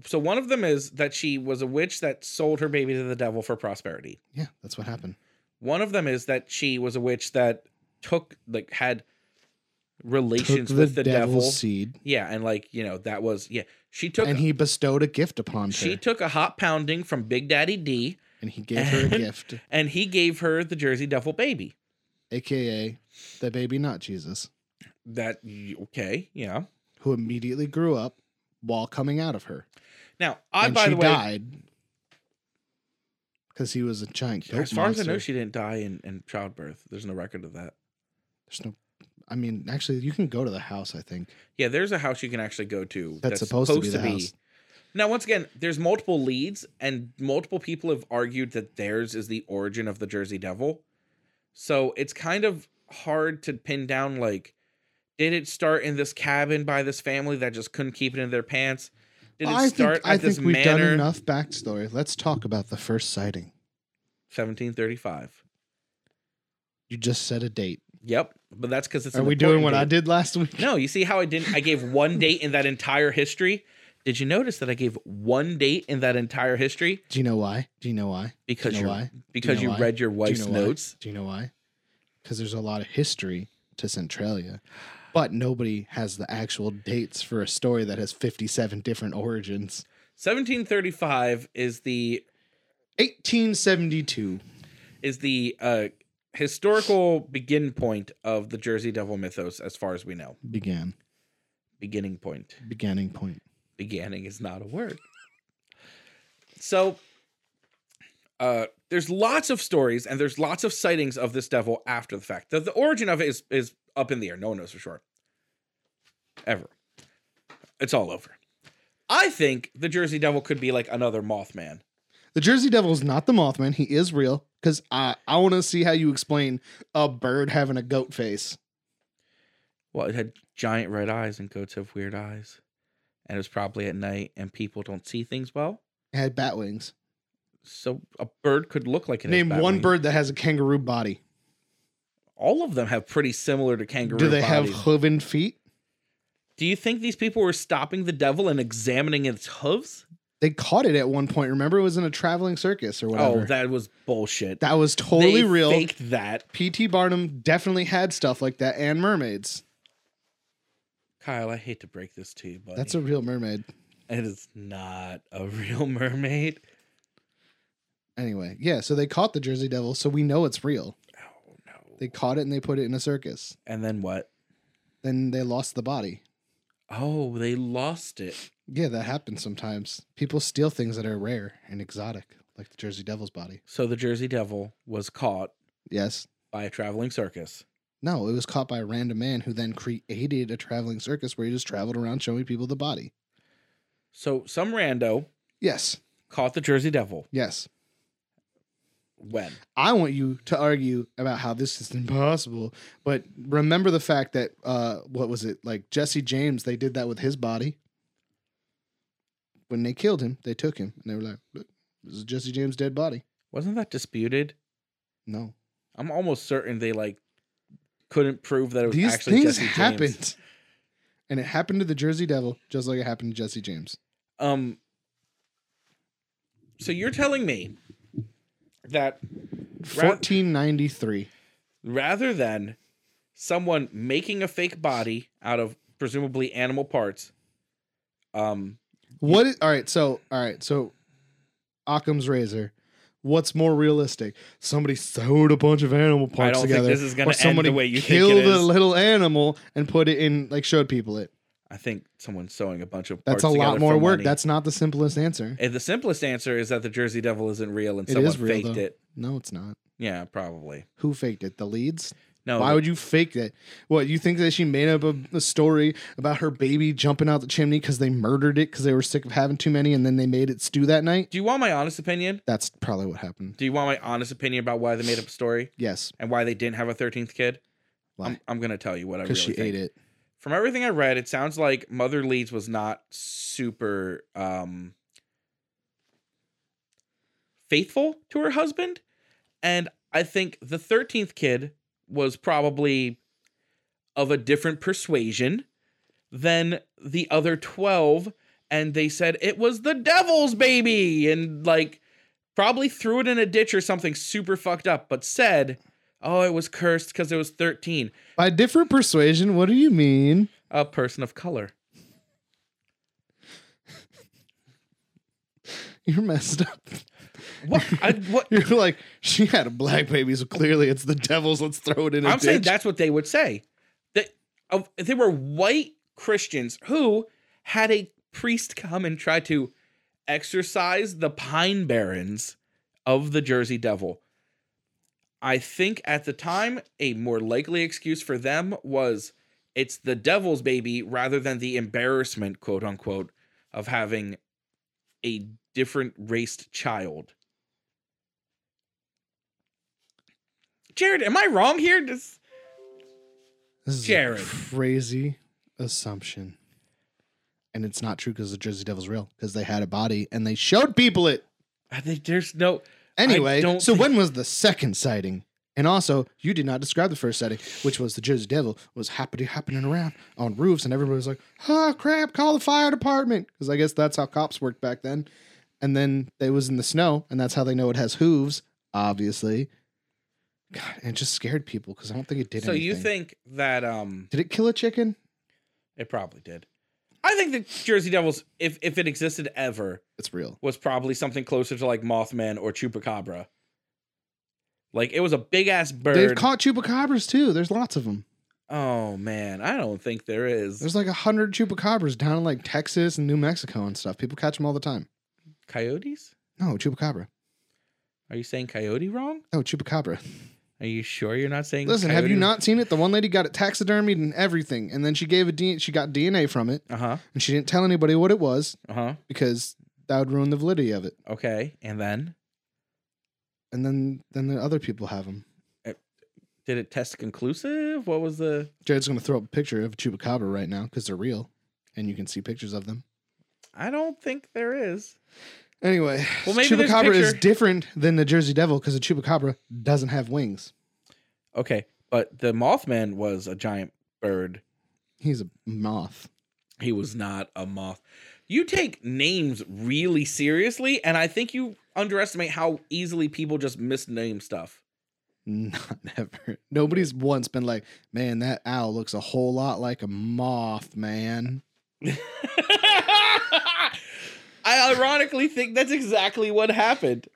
S1: so one of them is that she was a witch that sold her baby to the devil for prosperity.
S2: Yeah, that's what happened.
S1: One of them is that she was a witch that took like had relations
S2: Took
S1: with the
S2: devil's
S1: devil.
S2: seed,
S1: Yeah, and like you know that was yeah she took
S2: and he bestowed a gift
S1: *laughs*
S2: upon
S1: she
S2: her,
S1: took a hot pounding from Big Daddy D,
S2: and he gave her a
S1: *laughs* and-
S2: gift,
S1: and he gave her the Jersey Devil baby.
S2: aka the baby, not Jesus,
S1: That okay, yeah.
S2: who immediately grew up while coming out of her.
S1: Now I
S2: and
S1: by
S2: she
S1: the way.
S2: died because he was a giant. Dope
S1: As far as I know,
S2: monster.
S1: she didn't die in, in childbirth. There's no record of that.
S2: there's no. I mean, actually, you can go to the house. I think
S1: Yeah, there's a house you can actually go to
S2: that's, supposed, to be the house.
S1: Now, once again, there's multiple leads, and multiple people have argued that theirs is the origin of the Jersey Devil. So it's kind of hard to pin down. Like, did it start in this cabin by this family that just couldn't keep it in their pants? Did it
S2: I think,
S1: start
S2: I
S1: at
S2: think
S1: this
S2: we've done
S1: manor?
S2: enough backstory. Let's talk about the first sighting.
S1: 1735.
S2: You just said a date.
S1: Yep, but that's because it's.
S2: Are
S1: an
S2: we doing
S1: important
S2: what I
S1: date.
S2: did last week?
S1: No, you see how I didn't. I gave one date in that entire history. Did you notice that I gave one date in that entire history
S2: *laughs* Do you know why? Do you know why?
S1: because
S2: know
S1: you
S2: why? Do
S1: because
S2: know
S1: you
S2: why?
S1: read your
S2: Do you
S1: wife's
S2: know why?
S1: notes?
S2: Do you know why? Because there's a lot of history to Centralia, but nobody has the actual dates for a story that has 57 different origins.
S1: 1735 is the
S2: 1872.
S1: is the uh, historical begin point of the Jersey Devil mythos, as far as we know.
S2: began
S1: Beginning point.
S2: beginning point
S1: Beginning is not a word. So, uh, there's lots of stories and there's lots of sightings of this devil after the fact. The, the origin of it is is up in the air. No one knows for sure. Ever. It's all over. I think the Jersey Devil could be like another Mothman.
S2: the jersey devil is not the mothman he is real because i i want to see how you explain a bird having a goat face
S1: Well, it had giant red eyes, and goats have weird eyes. And it was probably at night, and people don't see things well.
S2: it had bat wings
S1: So a bird could look like it. has
S2: name
S1: bat
S2: one
S1: wings.
S2: bird that has a kangaroo body
S1: All of them have pretty similar to kangaroo.
S2: do they have
S1: bodies.
S2: hooven feet
S1: Do you think these people were stopping the devil and examining its hooves?
S2: they caught it at one point remember it was in a traveling circus or whatever
S1: Oh,
S2: that,
S1: that was bullshit.
S2: was totally
S1: They
S2: real
S1: Faked that,
S2: pt barnum definitely had stuff like that and mermaids
S1: Kyle. I hate to break this to you, but
S2: that's a real mermaid
S1: it is not a *laughs* real mermaid.
S2: anyway yeah so they caught the jersey devil so we know it's real
S1: Oh no!
S2: they caught it and they put it in a circus
S1: and then what?
S2: then they lost the body
S1: Oh, they lost it.
S2: Yeah, that happens sometimes. People steal things that are rare and exotic, like the Jersey Devil's body.
S1: So the Jersey Devil was caught
S2: Yes.
S1: by a traveling circus.
S2: No, it was caught by a random man who then created a traveling circus where he just traveled around showing people the body.
S1: So some rando
S2: Yes.
S1: caught the Jersey Devil.
S2: Yes.
S1: When?
S2: I want you to argue about how this is *laughs* impossible, but remember the fact that uh what was it? Like Jesse James, they did that with his body. When they killed him, they took him and they were like, "Look, this is Jesse James' dead body."
S1: Wasn't that disputed?
S2: No.
S1: I'm almost certain they like couldn't prove that it was
S2: These
S1: actually
S2: things
S1: Jesse James.
S2: happened. And it happened to the Jersey Devil just like it happened to Jesse James.
S1: Um. So you're telling me that
S2: 1493.
S1: rather than someone making a fake body out of presumably animal parts, um,
S2: What is all right? So all right. So Occam's razor. What's more realistic? Somebody sewed a bunch of animal parts
S1: don't think
S2: together,
S1: this is gonna
S2: or
S1: end the
S2: somebody
S1: way you think
S2: killed
S1: it is.
S2: a little animal and put it in, like showed people it.
S1: I think someone's sewing a bunch of
S2: That's
S1: parts
S2: a lot
S1: together
S2: more
S1: for
S2: work.
S1: money.
S2: That's not the simplest answer.
S1: And the simplest answer is that the Jersey Devil isn't real and
S2: It
S1: someone
S2: is real,
S1: faked
S2: though.
S1: it.
S2: No, it's not.
S1: Yeah, probably.
S2: Who faked it? The leads?
S1: No,
S2: Why would you fake it? What you think that she made up a, a story about her baby jumping out the chimney because they murdered it because they were sick of having too many and then they made it stew that night?
S1: do you want my honest opinion?
S2: That's probably what happened.
S1: Do you want my honest opinion about why they made up a story
S2: Yes,
S1: and why they didn't have a thirteenth kid? I'm,
S2: Why?
S1: I'm gonna tell you what I really
S2: because she
S1: think.
S2: ate it.
S1: From everything I read, it sounds like Mother Leeds was not super um, faithful to her husband, and I think the thirteenth kid was probably of a different persuasion than the other twelve, and they said it was the devil's baby, and like probably threw it in a ditch or something super fucked up, but said, "Oh, it was cursed because it was thirteen.
S2: By different persuasion, what do you mean?
S1: a person of color.
S2: You're messed up. *laughs*
S1: What? I, what?
S2: You're like, she had a black baby, so clearly it's the devil's. Let's throw it in a
S1: I'm saying
S2: ditch."
S1: that's what they would say. That of they were white Christians who had a priest come and try to exorcise the pine barrens of the Jersey Devil. I think at the time, a more likely excuse for them was it's the devil's baby rather than the embarrassment, quote unquote, of having a different raced child. Jared, am I wrong here? Does,
S2: This is a
S1: Jared.
S2: crazy assumption. And it's not true because the Jersey Devil's real because they had a body and they showed people it.
S1: I think there's no.
S2: Anyway,
S1: don't
S2: so
S1: think-
S2: when was the second sighting? And also, you did not describe the first sighting, which was the Jersey Devil was happy happening around on roofs, and everybody was like, "Oh crap! Call the fire department!" Because I guess that's how cops worked back then. And then they was in the snow, and that's how they know it has hooves, obviously. God, and it just scared people because I don't think it did.
S1: So you
S2: anything.
S1: think that um
S2: did it kill a chicken?
S1: it probably did. I think the Jersey Devils, if if it existed ever,
S2: It's real.
S1: was probably something closer to like Mothman or Chupacabra. Like it was a big ass
S2: They've
S1: bird.
S2: caught chupacabras too. There's lots of them.
S1: oh man, I don't think there is
S2: There's like a hundred chupacabras down in like Texas and New Mexico and stuff. People catch them all the time.
S1: coyotes.
S2: No chupacabra.
S1: Are you saying coyote wrong?
S2: No Oh, chupacabra.
S1: Are you sure you're not saying?
S2: Listen, have you
S1: coyote-
S2: not seen it? The one lady got it taxidermied and everything, and then she gave a D- she got DNA from it,
S1: Uh huh.
S2: and she didn't tell anybody what it was
S1: Uh huh.
S2: because that would ruin the validity of it.
S1: Okay, and then
S2: And then then the other people have them.
S1: did it test conclusive? What was the?
S2: Jared's gonna throw up a picture of chupacabra right now because they're real, and you can see pictures of them.
S1: I don't think there is.
S2: Anyway,
S1: Well,
S2: well,
S1: maybe there's a
S2: chupacabra is
S1: picture.
S2: different than the Jersey Devil because the chupacabra doesn't have wings.
S1: Okay, but the Mothman was a giant bird.
S2: He's a moth. *laughs*
S1: He was not a moth. You take names really seriously, and I think you underestimate how easily people just misname
S2: *laughs*
S1: stuff.
S2: Not never. Nobody's once been like, man, that owl looks a whole lot like a moth, man.
S1: I ironically think that's exactly what happened. *laughs*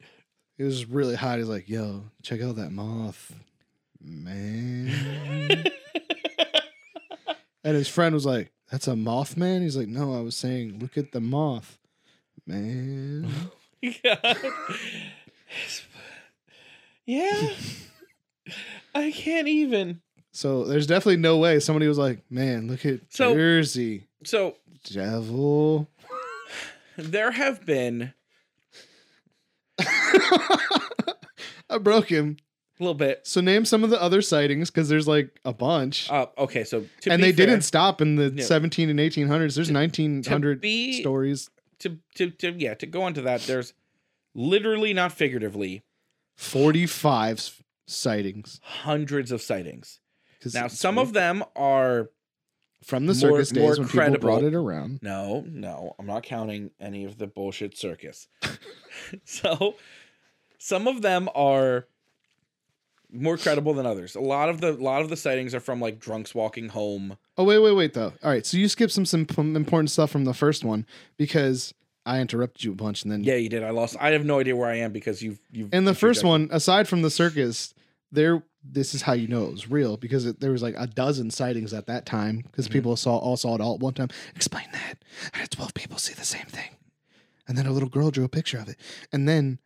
S2: It was really hot. He's like, yo, check out that moth, man.
S1: *laughs*
S2: and his friend was like, that's a moth, man. He's like, no, I was saying, look at the moth,
S1: *laughs*
S2: man.
S1: God. yeah. I can't even.
S2: so there's definitely no way somebody was like, man, look at
S1: So-
S2: Jersey
S1: So
S2: Devil. *laughs*
S1: there have been
S2: I broke him.
S1: a little bit.
S2: So name some of the other sightings because there's like a bunch.
S1: Uh, okay, so to
S2: and
S1: be
S2: they
S1: fair-
S2: didn't stop in the
S1: No.
S2: 17 and 1800s. There's 1900
S1: be-
S2: stories.
S1: to to to yeah to go into that there's literally not figuratively
S2: 45 s- sightings.
S1: hundreds of sightings
S2: 'Cause
S1: Now,
S2: it's
S1: some
S2: weird.
S1: of them are
S2: from the
S1: more-
S2: circus
S1: more
S2: days when people brought
S1: credible.
S2: it around.
S1: No, no, I'm not counting any of the bullshit
S2: *laughs*
S1: circus. *laughs* so, some of them are more credible than others. A lot of the lot of the sightings are from like drunks walking home.
S2: Oh wait, wait, wait though. All right, so you skipped some some p- important stuff from the first one because I interrupted you a bunch, and then
S1: Yeah, you did. I lost. I have no idea where I am because you've you've.
S2: And the first one, aside from the circus, there this is how you know it was real because it, there was like a dozen sightings at that time because
S1: Mm-hmm.
S2: people saw all saw it all at one time. Explain that. I had twelve people see the same thing, and then a little girl drew a picture of it, and then,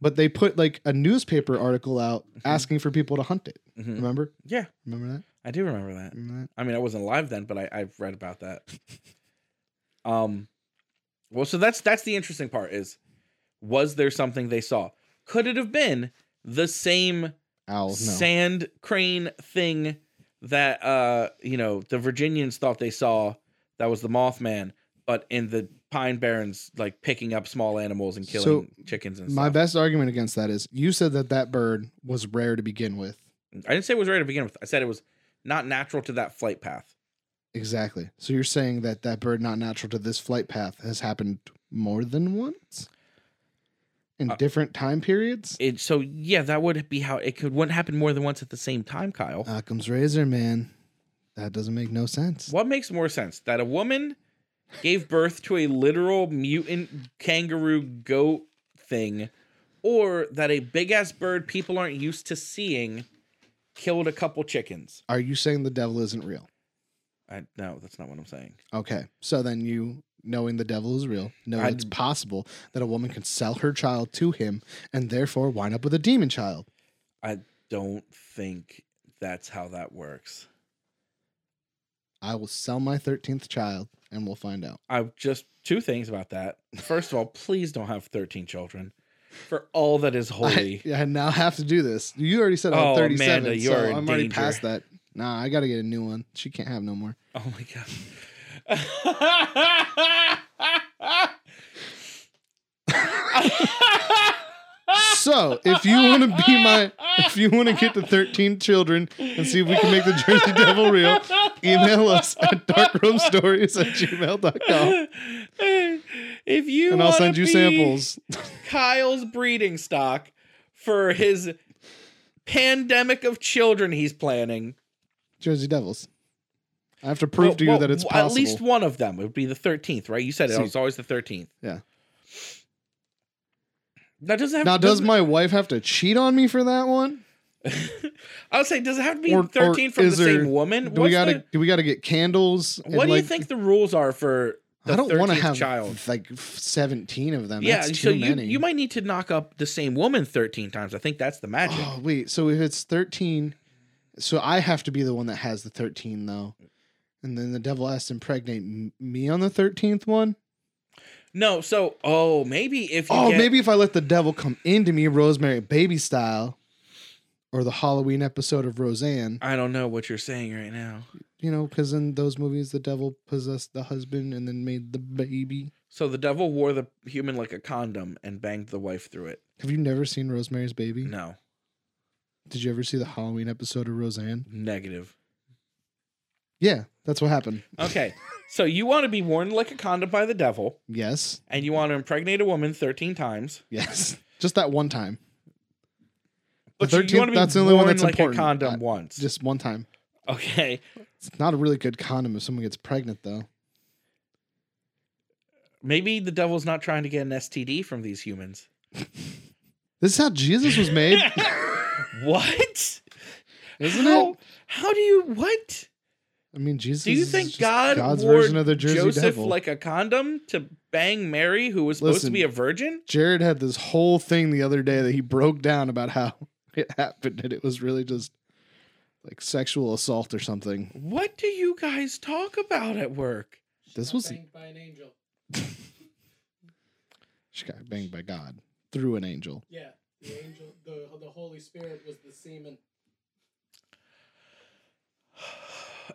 S2: but they put like a newspaper article out asking for people to hunt it.
S1: Mhm.
S2: Remember?
S1: Mm-hmm. Yeah,
S2: Remember that?
S1: I do remember that.
S2: Remember
S1: I mean, I wasn't alive then, but I, I've read about
S2: *laughs*
S1: that. um, well, so that's that's the interesting part is, was there something they saw? Could it have been the same
S2: that? Owl. Oh, No.
S1: sand crane thing that uh you know the Virginians thought they saw that was the Mothman, but in the Pine Barrens, like picking up small animals and killing
S2: So,
S1: chickens and
S2: My
S1: stuff.
S2: best argument against that is you said that that bird was rare to begin with.
S1: I didn't say it was rare to begin with. I said it was not natural to that flight path.
S2: Exactly. So you're saying that that bird not natural to this flight path has happened more than once in
S1: Uh,
S2: different time periods?
S1: It, so yeah, that would be how it could wouldn't happen more than once at the same time, Kyle.
S2: Occam's razor, man. That doesn't make no sense.
S1: What makes more sense? That a woman gave birth to a literal mutant kangaroo goat thing, or that a big ass bird people aren't used to seeing killed a couple chickens?
S2: Are you saying the devil isn't real?
S1: I, no, that's not what I'm saying.
S2: Okay. So then you knowing the devil is real, knowing
S1: I-
S2: it's possible that a woman can sell her child to him and therefore wind up with a demon child.
S1: I don't think that's how that works.
S2: I will sell my 13th child and we'll find out.
S1: I just two things about that. First of all, please don't have 13 children for all that is
S2: *laughs*
S1: holy.
S2: I, I now have to do this. You already said I
S1: Oh,
S2: had 37,
S1: Amanda, you
S2: so
S1: are in
S2: I'm already
S1: danger.
S2: past that. Nah, I got to get a new one. She can't have no more.
S1: oh my god.
S2: So, if you want to be my, if you want to get to 13 children and see if we can make the
S1: *laughs*
S2: Jersey Devil real, email us at darkroomstories at gmail.com
S1: if you
S2: and I'll
S1: wanna
S2: send you
S1: be
S2: samples.
S1: Kyle's breeding stock for his pandemic of children he's planning.
S2: Jersey Devils. I have to prove to you
S1: Well,
S2: that it's
S1: well,
S2: possible.
S1: At least one of them. It would be the 13th, right? You said it,
S2: See-
S1: was always the 13th.
S2: Yeah.
S1: Now does it have
S2: now, does
S1: doesn't-
S2: my wife have to cheat on me for that one?
S1: I would say does it have to be
S2: Or- or
S1: 13 from the
S2: is there-
S1: same woman?
S2: Do we
S1: What's
S2: gotta
S1: the-
S2: do we gotta get candles? and,
S1: what do you
S2: like,
S1: think the rules are for the
S2: I don't want
S1: 13th
S2: to have
S1: child?
S2: like seventeen of them.
S1: yeah,
S2: That's
S1: so
S2: too
S1: you,
S2: many.
S1: you might need to knock up the same woman 13 times. I think that's the magic.
S2: Oh wait, so if it's thirteen, so I have to be the one that has the thirteen though, and then the devil has to impregnate m- me on the thirteenth one.
S1: No, so oh, maybe if you
S2: Oh,
S1: get-
S2: maybe if I let the devil come into me, Rosemary Baby style, or the Halloween episode of Roseanne.
S1: I don't know what you're saying right now.
S2: You know, because in those movies, the devil possessed the husband and then made the baby.
S1: So the devil wore the human like a condom and banged the wife through it.
S2: Have you never seen Rosemary's Baby?
S1: No,
S2: Did you ever see the Halloween episode of Roseanne?
S1: negative.
S2: Yeah, that's what happened.
S1: Okay, so you want to be worn like a condom by the devil,
S2: Yes,
S1: and you want to impregnate a woman 13 times.
S2: yes, *laughs* just that one time,
S1: But
S2: The
S1: you- you
S2: 13th
S1: want to be
S2: that's the
S1: worn
S2: only one that's
S1: like
S2: important.
S1: a condom
S2: I-
S1: once.
S2: just one time.
S1: okay,
S2: It's not a really good condom if someone gets pregnant, though.
S1: maybe the devil's not trying to get an STD from these
S2: *laughs*
S1: humans. *laughs*
S2: This is how Jesus was made,
S1: What?
S2: isn't
S1: how,
S2: it?
S1: How do you what?
S2: I mean, Jesus.
S1: Do you
S2: is
S1: think
S2: just
S1: God
S2: God's
S1: wore
S2: version of the Jersey
S1: Joseph
S2: Devil?
S1: like a condom to bang Mary, who was supposed
S2: Listen.
S1: to be a virgin?
S2: Jared had this whole thing the other day that he broke down about how *laughs* it happened, and it was really just like sexual assault or something.
S1: What do you guys talk about at work?
S2: This
S3: Got
S2: was
S3: banged by an angel.
S2: she got banged by God through an angel.
S3: Yeah, the angel, the the Holy Spirit was the semen.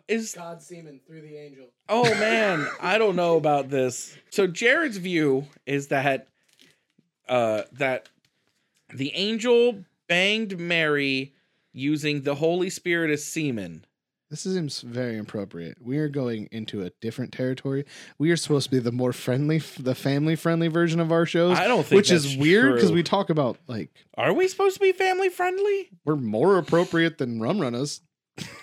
S1: Is
S3: God semen through the angel.
S1: oh
S2: *laughs*
S1: man, I don't know about this. So Jared's view is that uh that the angel banged Mary using the Holy Spirit as semen.
S2: This is very inappropriate. We are going into a different territory. We are supposed to be the more friendly, the family friendly version of our shows.
S1: I don't think
S2: which is
S1: that's
S2: weird because
S1: true.
S2: we talk about like
S1: Are we supposed to be family friendly?
S2: we're more appropriate than Rum Runners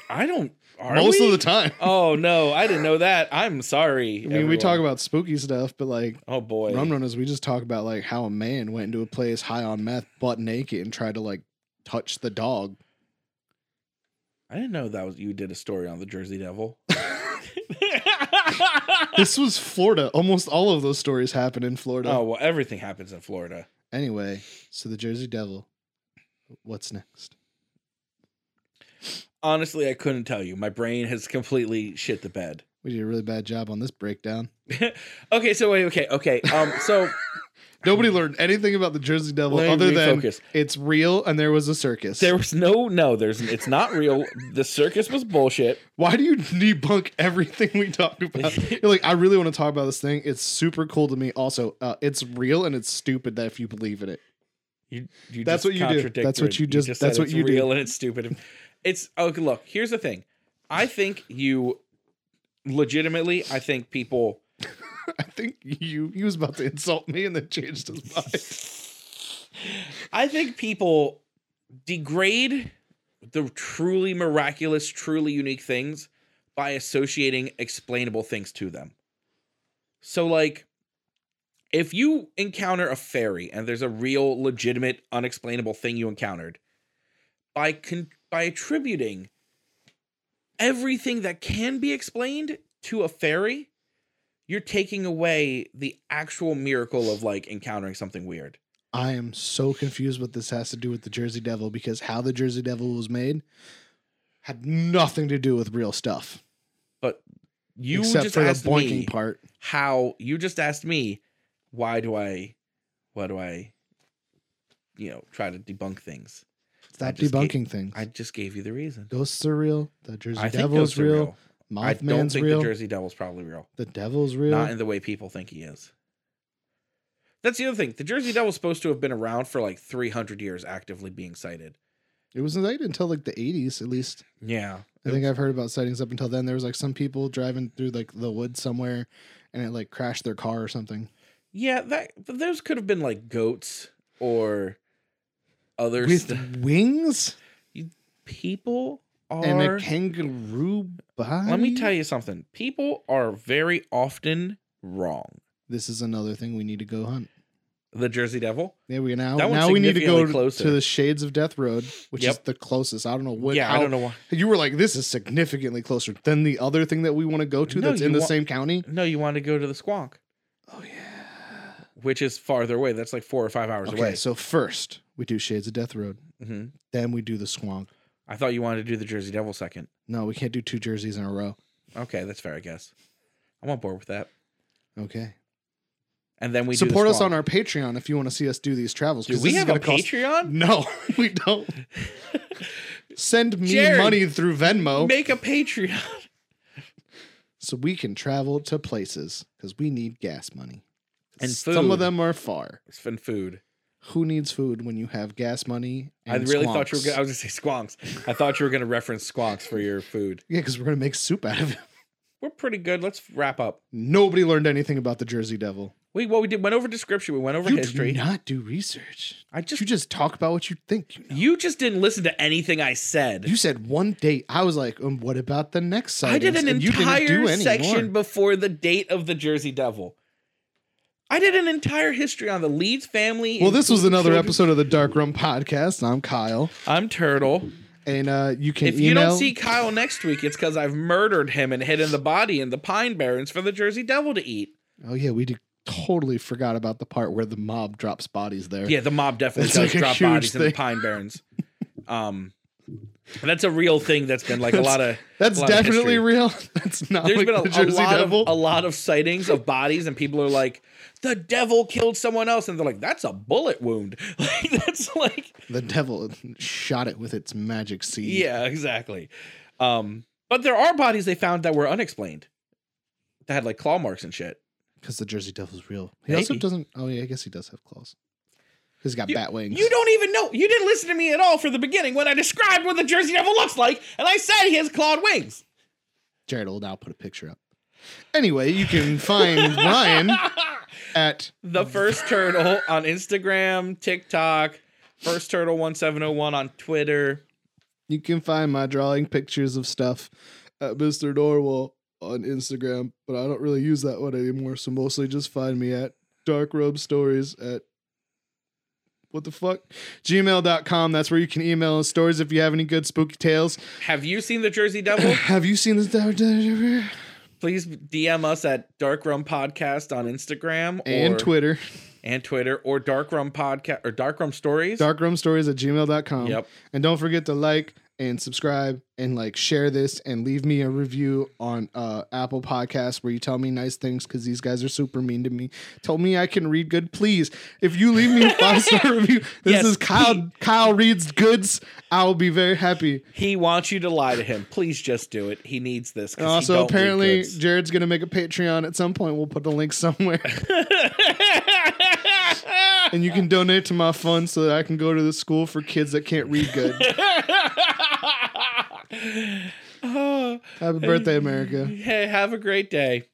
S1: I don't. Are
S2: most
S1: we?
S2: of the
S1: *laughs*
S2: time.
S1: Oh no, I didn't know that. I'm sorry.
S2: I mean, we
S1: everyone.
S2: talk about spooky stuff, but like
S1: Oh boy.
S2: Rum Runners, we just talk about like how a man went into a place high on meth, butt naked, and tried to like touch
S1: *laughs*
S2: the dog.
S1: I didn't know that was you did a story on the Jersey
S2: *laughs*
S1: Devil.
S2: this was Florida. Almost all of those stories happen in Florida.
S1: oh well, everything happens in Florida.
S2: Anyway, so the Jersey Devil. What's next?
S1: Honestly, I couldn't tell you. My brain has completely shit the bed.
S2: We did a really bad job on this breakdown.
S1: Okay, so wait, okay, okay. Um,
S2: *laughs*
S1: so *laughs*
S2: Nobody learned anything about the Jersey Devil
S1: Let me
S2: other than
S1: refocus.
S2: it's real and there was a circus.
S1: there was no, no. There's, it's not real. The circus was bullshit.
S2: Why do you debunk everything we talk about? *laughs* You're like, I really want to talk about this thing. It's super cool to me. Also, uh, it's real and it's stupid that if you believe in it. *laughs*
S1: You, you
S2: That's
S1: just
S2: what you do.
S1: contradicted.
S2: That's what you just-
S1: said
S2: that's what
S1: it's
S2: you do.
S1: real and it's stupid. It's okay. Look, here's the thing. I think you, legitimately, I think people.
S2: I think you he was about to insult me and then changed his mind.
S1: I think people degrade the truly miraculous, truly unique things by associating explainable things to them. So, like, if you encounter a fairy and there's a real, legitimate, unexplainable thing you encountered, by con- by attributing everything that can be explained to a fairy, you're taking away the actual miracle of like encountering something weird.
S2: *laughs* I am so confused what this has to do with the Jersey Devil because how the Jersey Devil was made had nothing to do with real stuff.
S1: You
S2: except
S1: just
S2: for the
S1: asked
S2: boinking
S1: me
S2: part.
S1: how you just asked me why do I why do I you know try to debunk things.
S2: Stop
S1: just
S2: debunking
S1: can't-
S2: things.
S1: I just gave you the reason.
S2: ghosts are real. The Jersey
S1: I think
S2: Devil's
S1: those are
S2: real.
S1: real. I don't
S2: Mothman's
S1: think
S2: real.
S1: the
S2: The,
S1: Jersey Devil's probably real.
S2: Devil's real.
S1: Not in the way people think he is. That's the other thing. The Jersey Devil's supposed to have been around for like 300 years actively being cited.
S2: it was late until like the eighties, at least.
S1: Yeah.
S2: I think I've heard about sightings up until then. There was like some people driving through like the woods somewhere, and it like crashed their car or something.
S1: Yeah, that but those could have been like goats or other
S2: With
S1: st-
S2: wings
S1: people are
S2: and a kangaroo body.
S1: Let me tell you something. People are very often wrong.
S2: This is another thing we need to go hunt.
S1: The Jersey Devil.
S2: Yeah, we now
S1: That one's
S2: now we need to go
S1: significantly
S2: to-
S1: closer.
S2: to the Shades of Death Road, which is
S1: Yep.
S2: the closest. I don't know what.
S1: yeah,
S2: how-
S1: I don't know why.
S2: You were like, this is significantly closer than the other thing that we want to go to
S1: No,
S2: that's
S1: you
S2: in the
S1: wa-
S2: same county.
S1: No, you want to go to the Squonk,
S2: Oh yeah.
S1: which is farther away. That's like four or five hours
S2: Okay,
S1: away.
S2: so first we do Shades of Death Road,
S1: hmm
S2: then we do the Squonk.
S1: I thought you wanted to do the Jersey Devil second.
S2: No, we can't do two jerseys in a row.
S1: Okay, that's fair, I guess. I'm on board with that.
S2: Okay.
S1: And then we
S2: Support us on our Patreon if you want to see us do these travels.
S1: Do
S2: 'cause
S1: we
S2: this is
S1: have a
S2: gonna cost-
S1: Patreon?
S2: *laughs* No,
S1: *laughs*
S2: we don't. Send me
S1: Jared,
S2: money through Venmo
S1: Make a Patreon. *laughs*
S2: so we can travel to places because we need gas money.
S1: And
S2: some of
S1: food.
S2: them are far.
S1: It's been food.
S2: Who needs food when you have gas money?
S1: I really thought you were.
S2: squonks?
S1: Gonna, I was gonna say squonks. I thought you were gonna reference squonks for your food.
S2: Yeah, because we're gonna make soup out of it.
S1: We're pretty good. Let's wrap up.
S2: Nobody learned anything about the Jersey Devil.
S1: We well, we did went over description. We went over
S2: you
S1: history.
S2: do not do research.
S1: I just
S2: You just talk about what you think. You, know.
S1: You just didn't listen to anything I said.
S2: You said one date. I was like, um, what about the next
S1: I
S2: sightings?
S1: did an
S2: And you didn't
S1: entire
S2: do any
S1: section
S2: more.
S1: before the date of the Jersey Devil. I did an entire history on the Leeds family.
S2: Well, this was another
S1: children-
S2: episode of the Dark Room Podcast. I'm Kyle,
S1: I'm Turtle.
S2: and uh, you can
S1: If
S2: email.
S1: you don't see Kyle next week, it's because I've murdered him and hidden the body in the Pine Barrens for the Jersey Devil to eat.
S2: oh yeah, we did, totally forgot about the part where the mob drops bodies there.
S1: Yeah, the mob definitely
S2: That's
S1: does
S2: like a
S1: drop
S2: huge
S1: bodies in
S2: thing.
S1: the Pine Barrens. Um, that's a real thing. That's been like a lot of
S2: That's
S1: a lot of
S2: definitely
S1: history.
S2: real. *laughs* That's not
S1: There's
S2: like
S1: been a,
S2: the
S1: a
S2: Jersey
S1: lot
S2: Devil.
S1: of a lot of sightings of bodies, and people are like, "The devil killed someone else," and they're like, "That's a bullet wound." *laughs* Like that's like,
S2: the devil shot it with its magic seed.
S1: yeah, exactly. Um, but there are bodies they found that were unexplained, that had like claw marks and shit.
S2: because the Jersey Devil's real. He also
S1: Maybe.
S2: doesn't. Oh yeah, I guess he does have claws. He's got
S1: You-
S2: bat wings.
S1: You don't even know. You didn't listen to me at all for the beginning when I described what the Jersey Devil looks like, and I said he has clawed wings.
S2: Jared Old, I'll put a picture up. Anyway, you
S1: *laughs*
S2: can find Ryan at
S1: The first turtle on Instagram, TikTok, first turtle one seven zero one on Twitter.
S2: you can find my drawing pictures of stuff at Mr. Norwell on Instagram, but I don't really use that one anymore. So mostly just find me at Dark Robe Stories at what the fuck? Gmail.com. That's where you can email us stories if you have any good spooky tales.
S1: Have you seen the Jersey Devil?
S2: Have you seen this?
S1: Please DM us at Dark Rum Podcast on Instagram
S2: And
S1: or,
S2: Twitter.
S1: and Twitter or Dark Rum Podcast or Dark Rum Stories.
S2: Stories at gmail.com.
S1: Yep.
S2: And don't forget to like and subscribe and like share this and leave me a review on uh, Apple Podcasts where you tell me nice things because these guys are super mean to me. Tell me I can read good, please. If you leave me a
S1: *laughs*
S2: five star review, this
S1: Yes,
S2: is Kyle.
S1: please.
S2: Kyle reads goods. I'll be very happy.
S1: He wants you to lie to him. Please just do it. He needs this. 'cause he
S2: Also,
S1: don't read
S2: apparently,
S1: goods.
S2: Jared's gonna make a Patreon at some point. We'll put the
S1: *laughs*
S2: link somewhere, and you can donate to my fund so that I can go to the school for kids that can't read
S1: *laughs*
S2: good.
S1: Oh,
S2: Happy birthday, America.
S1: hey, have a great day.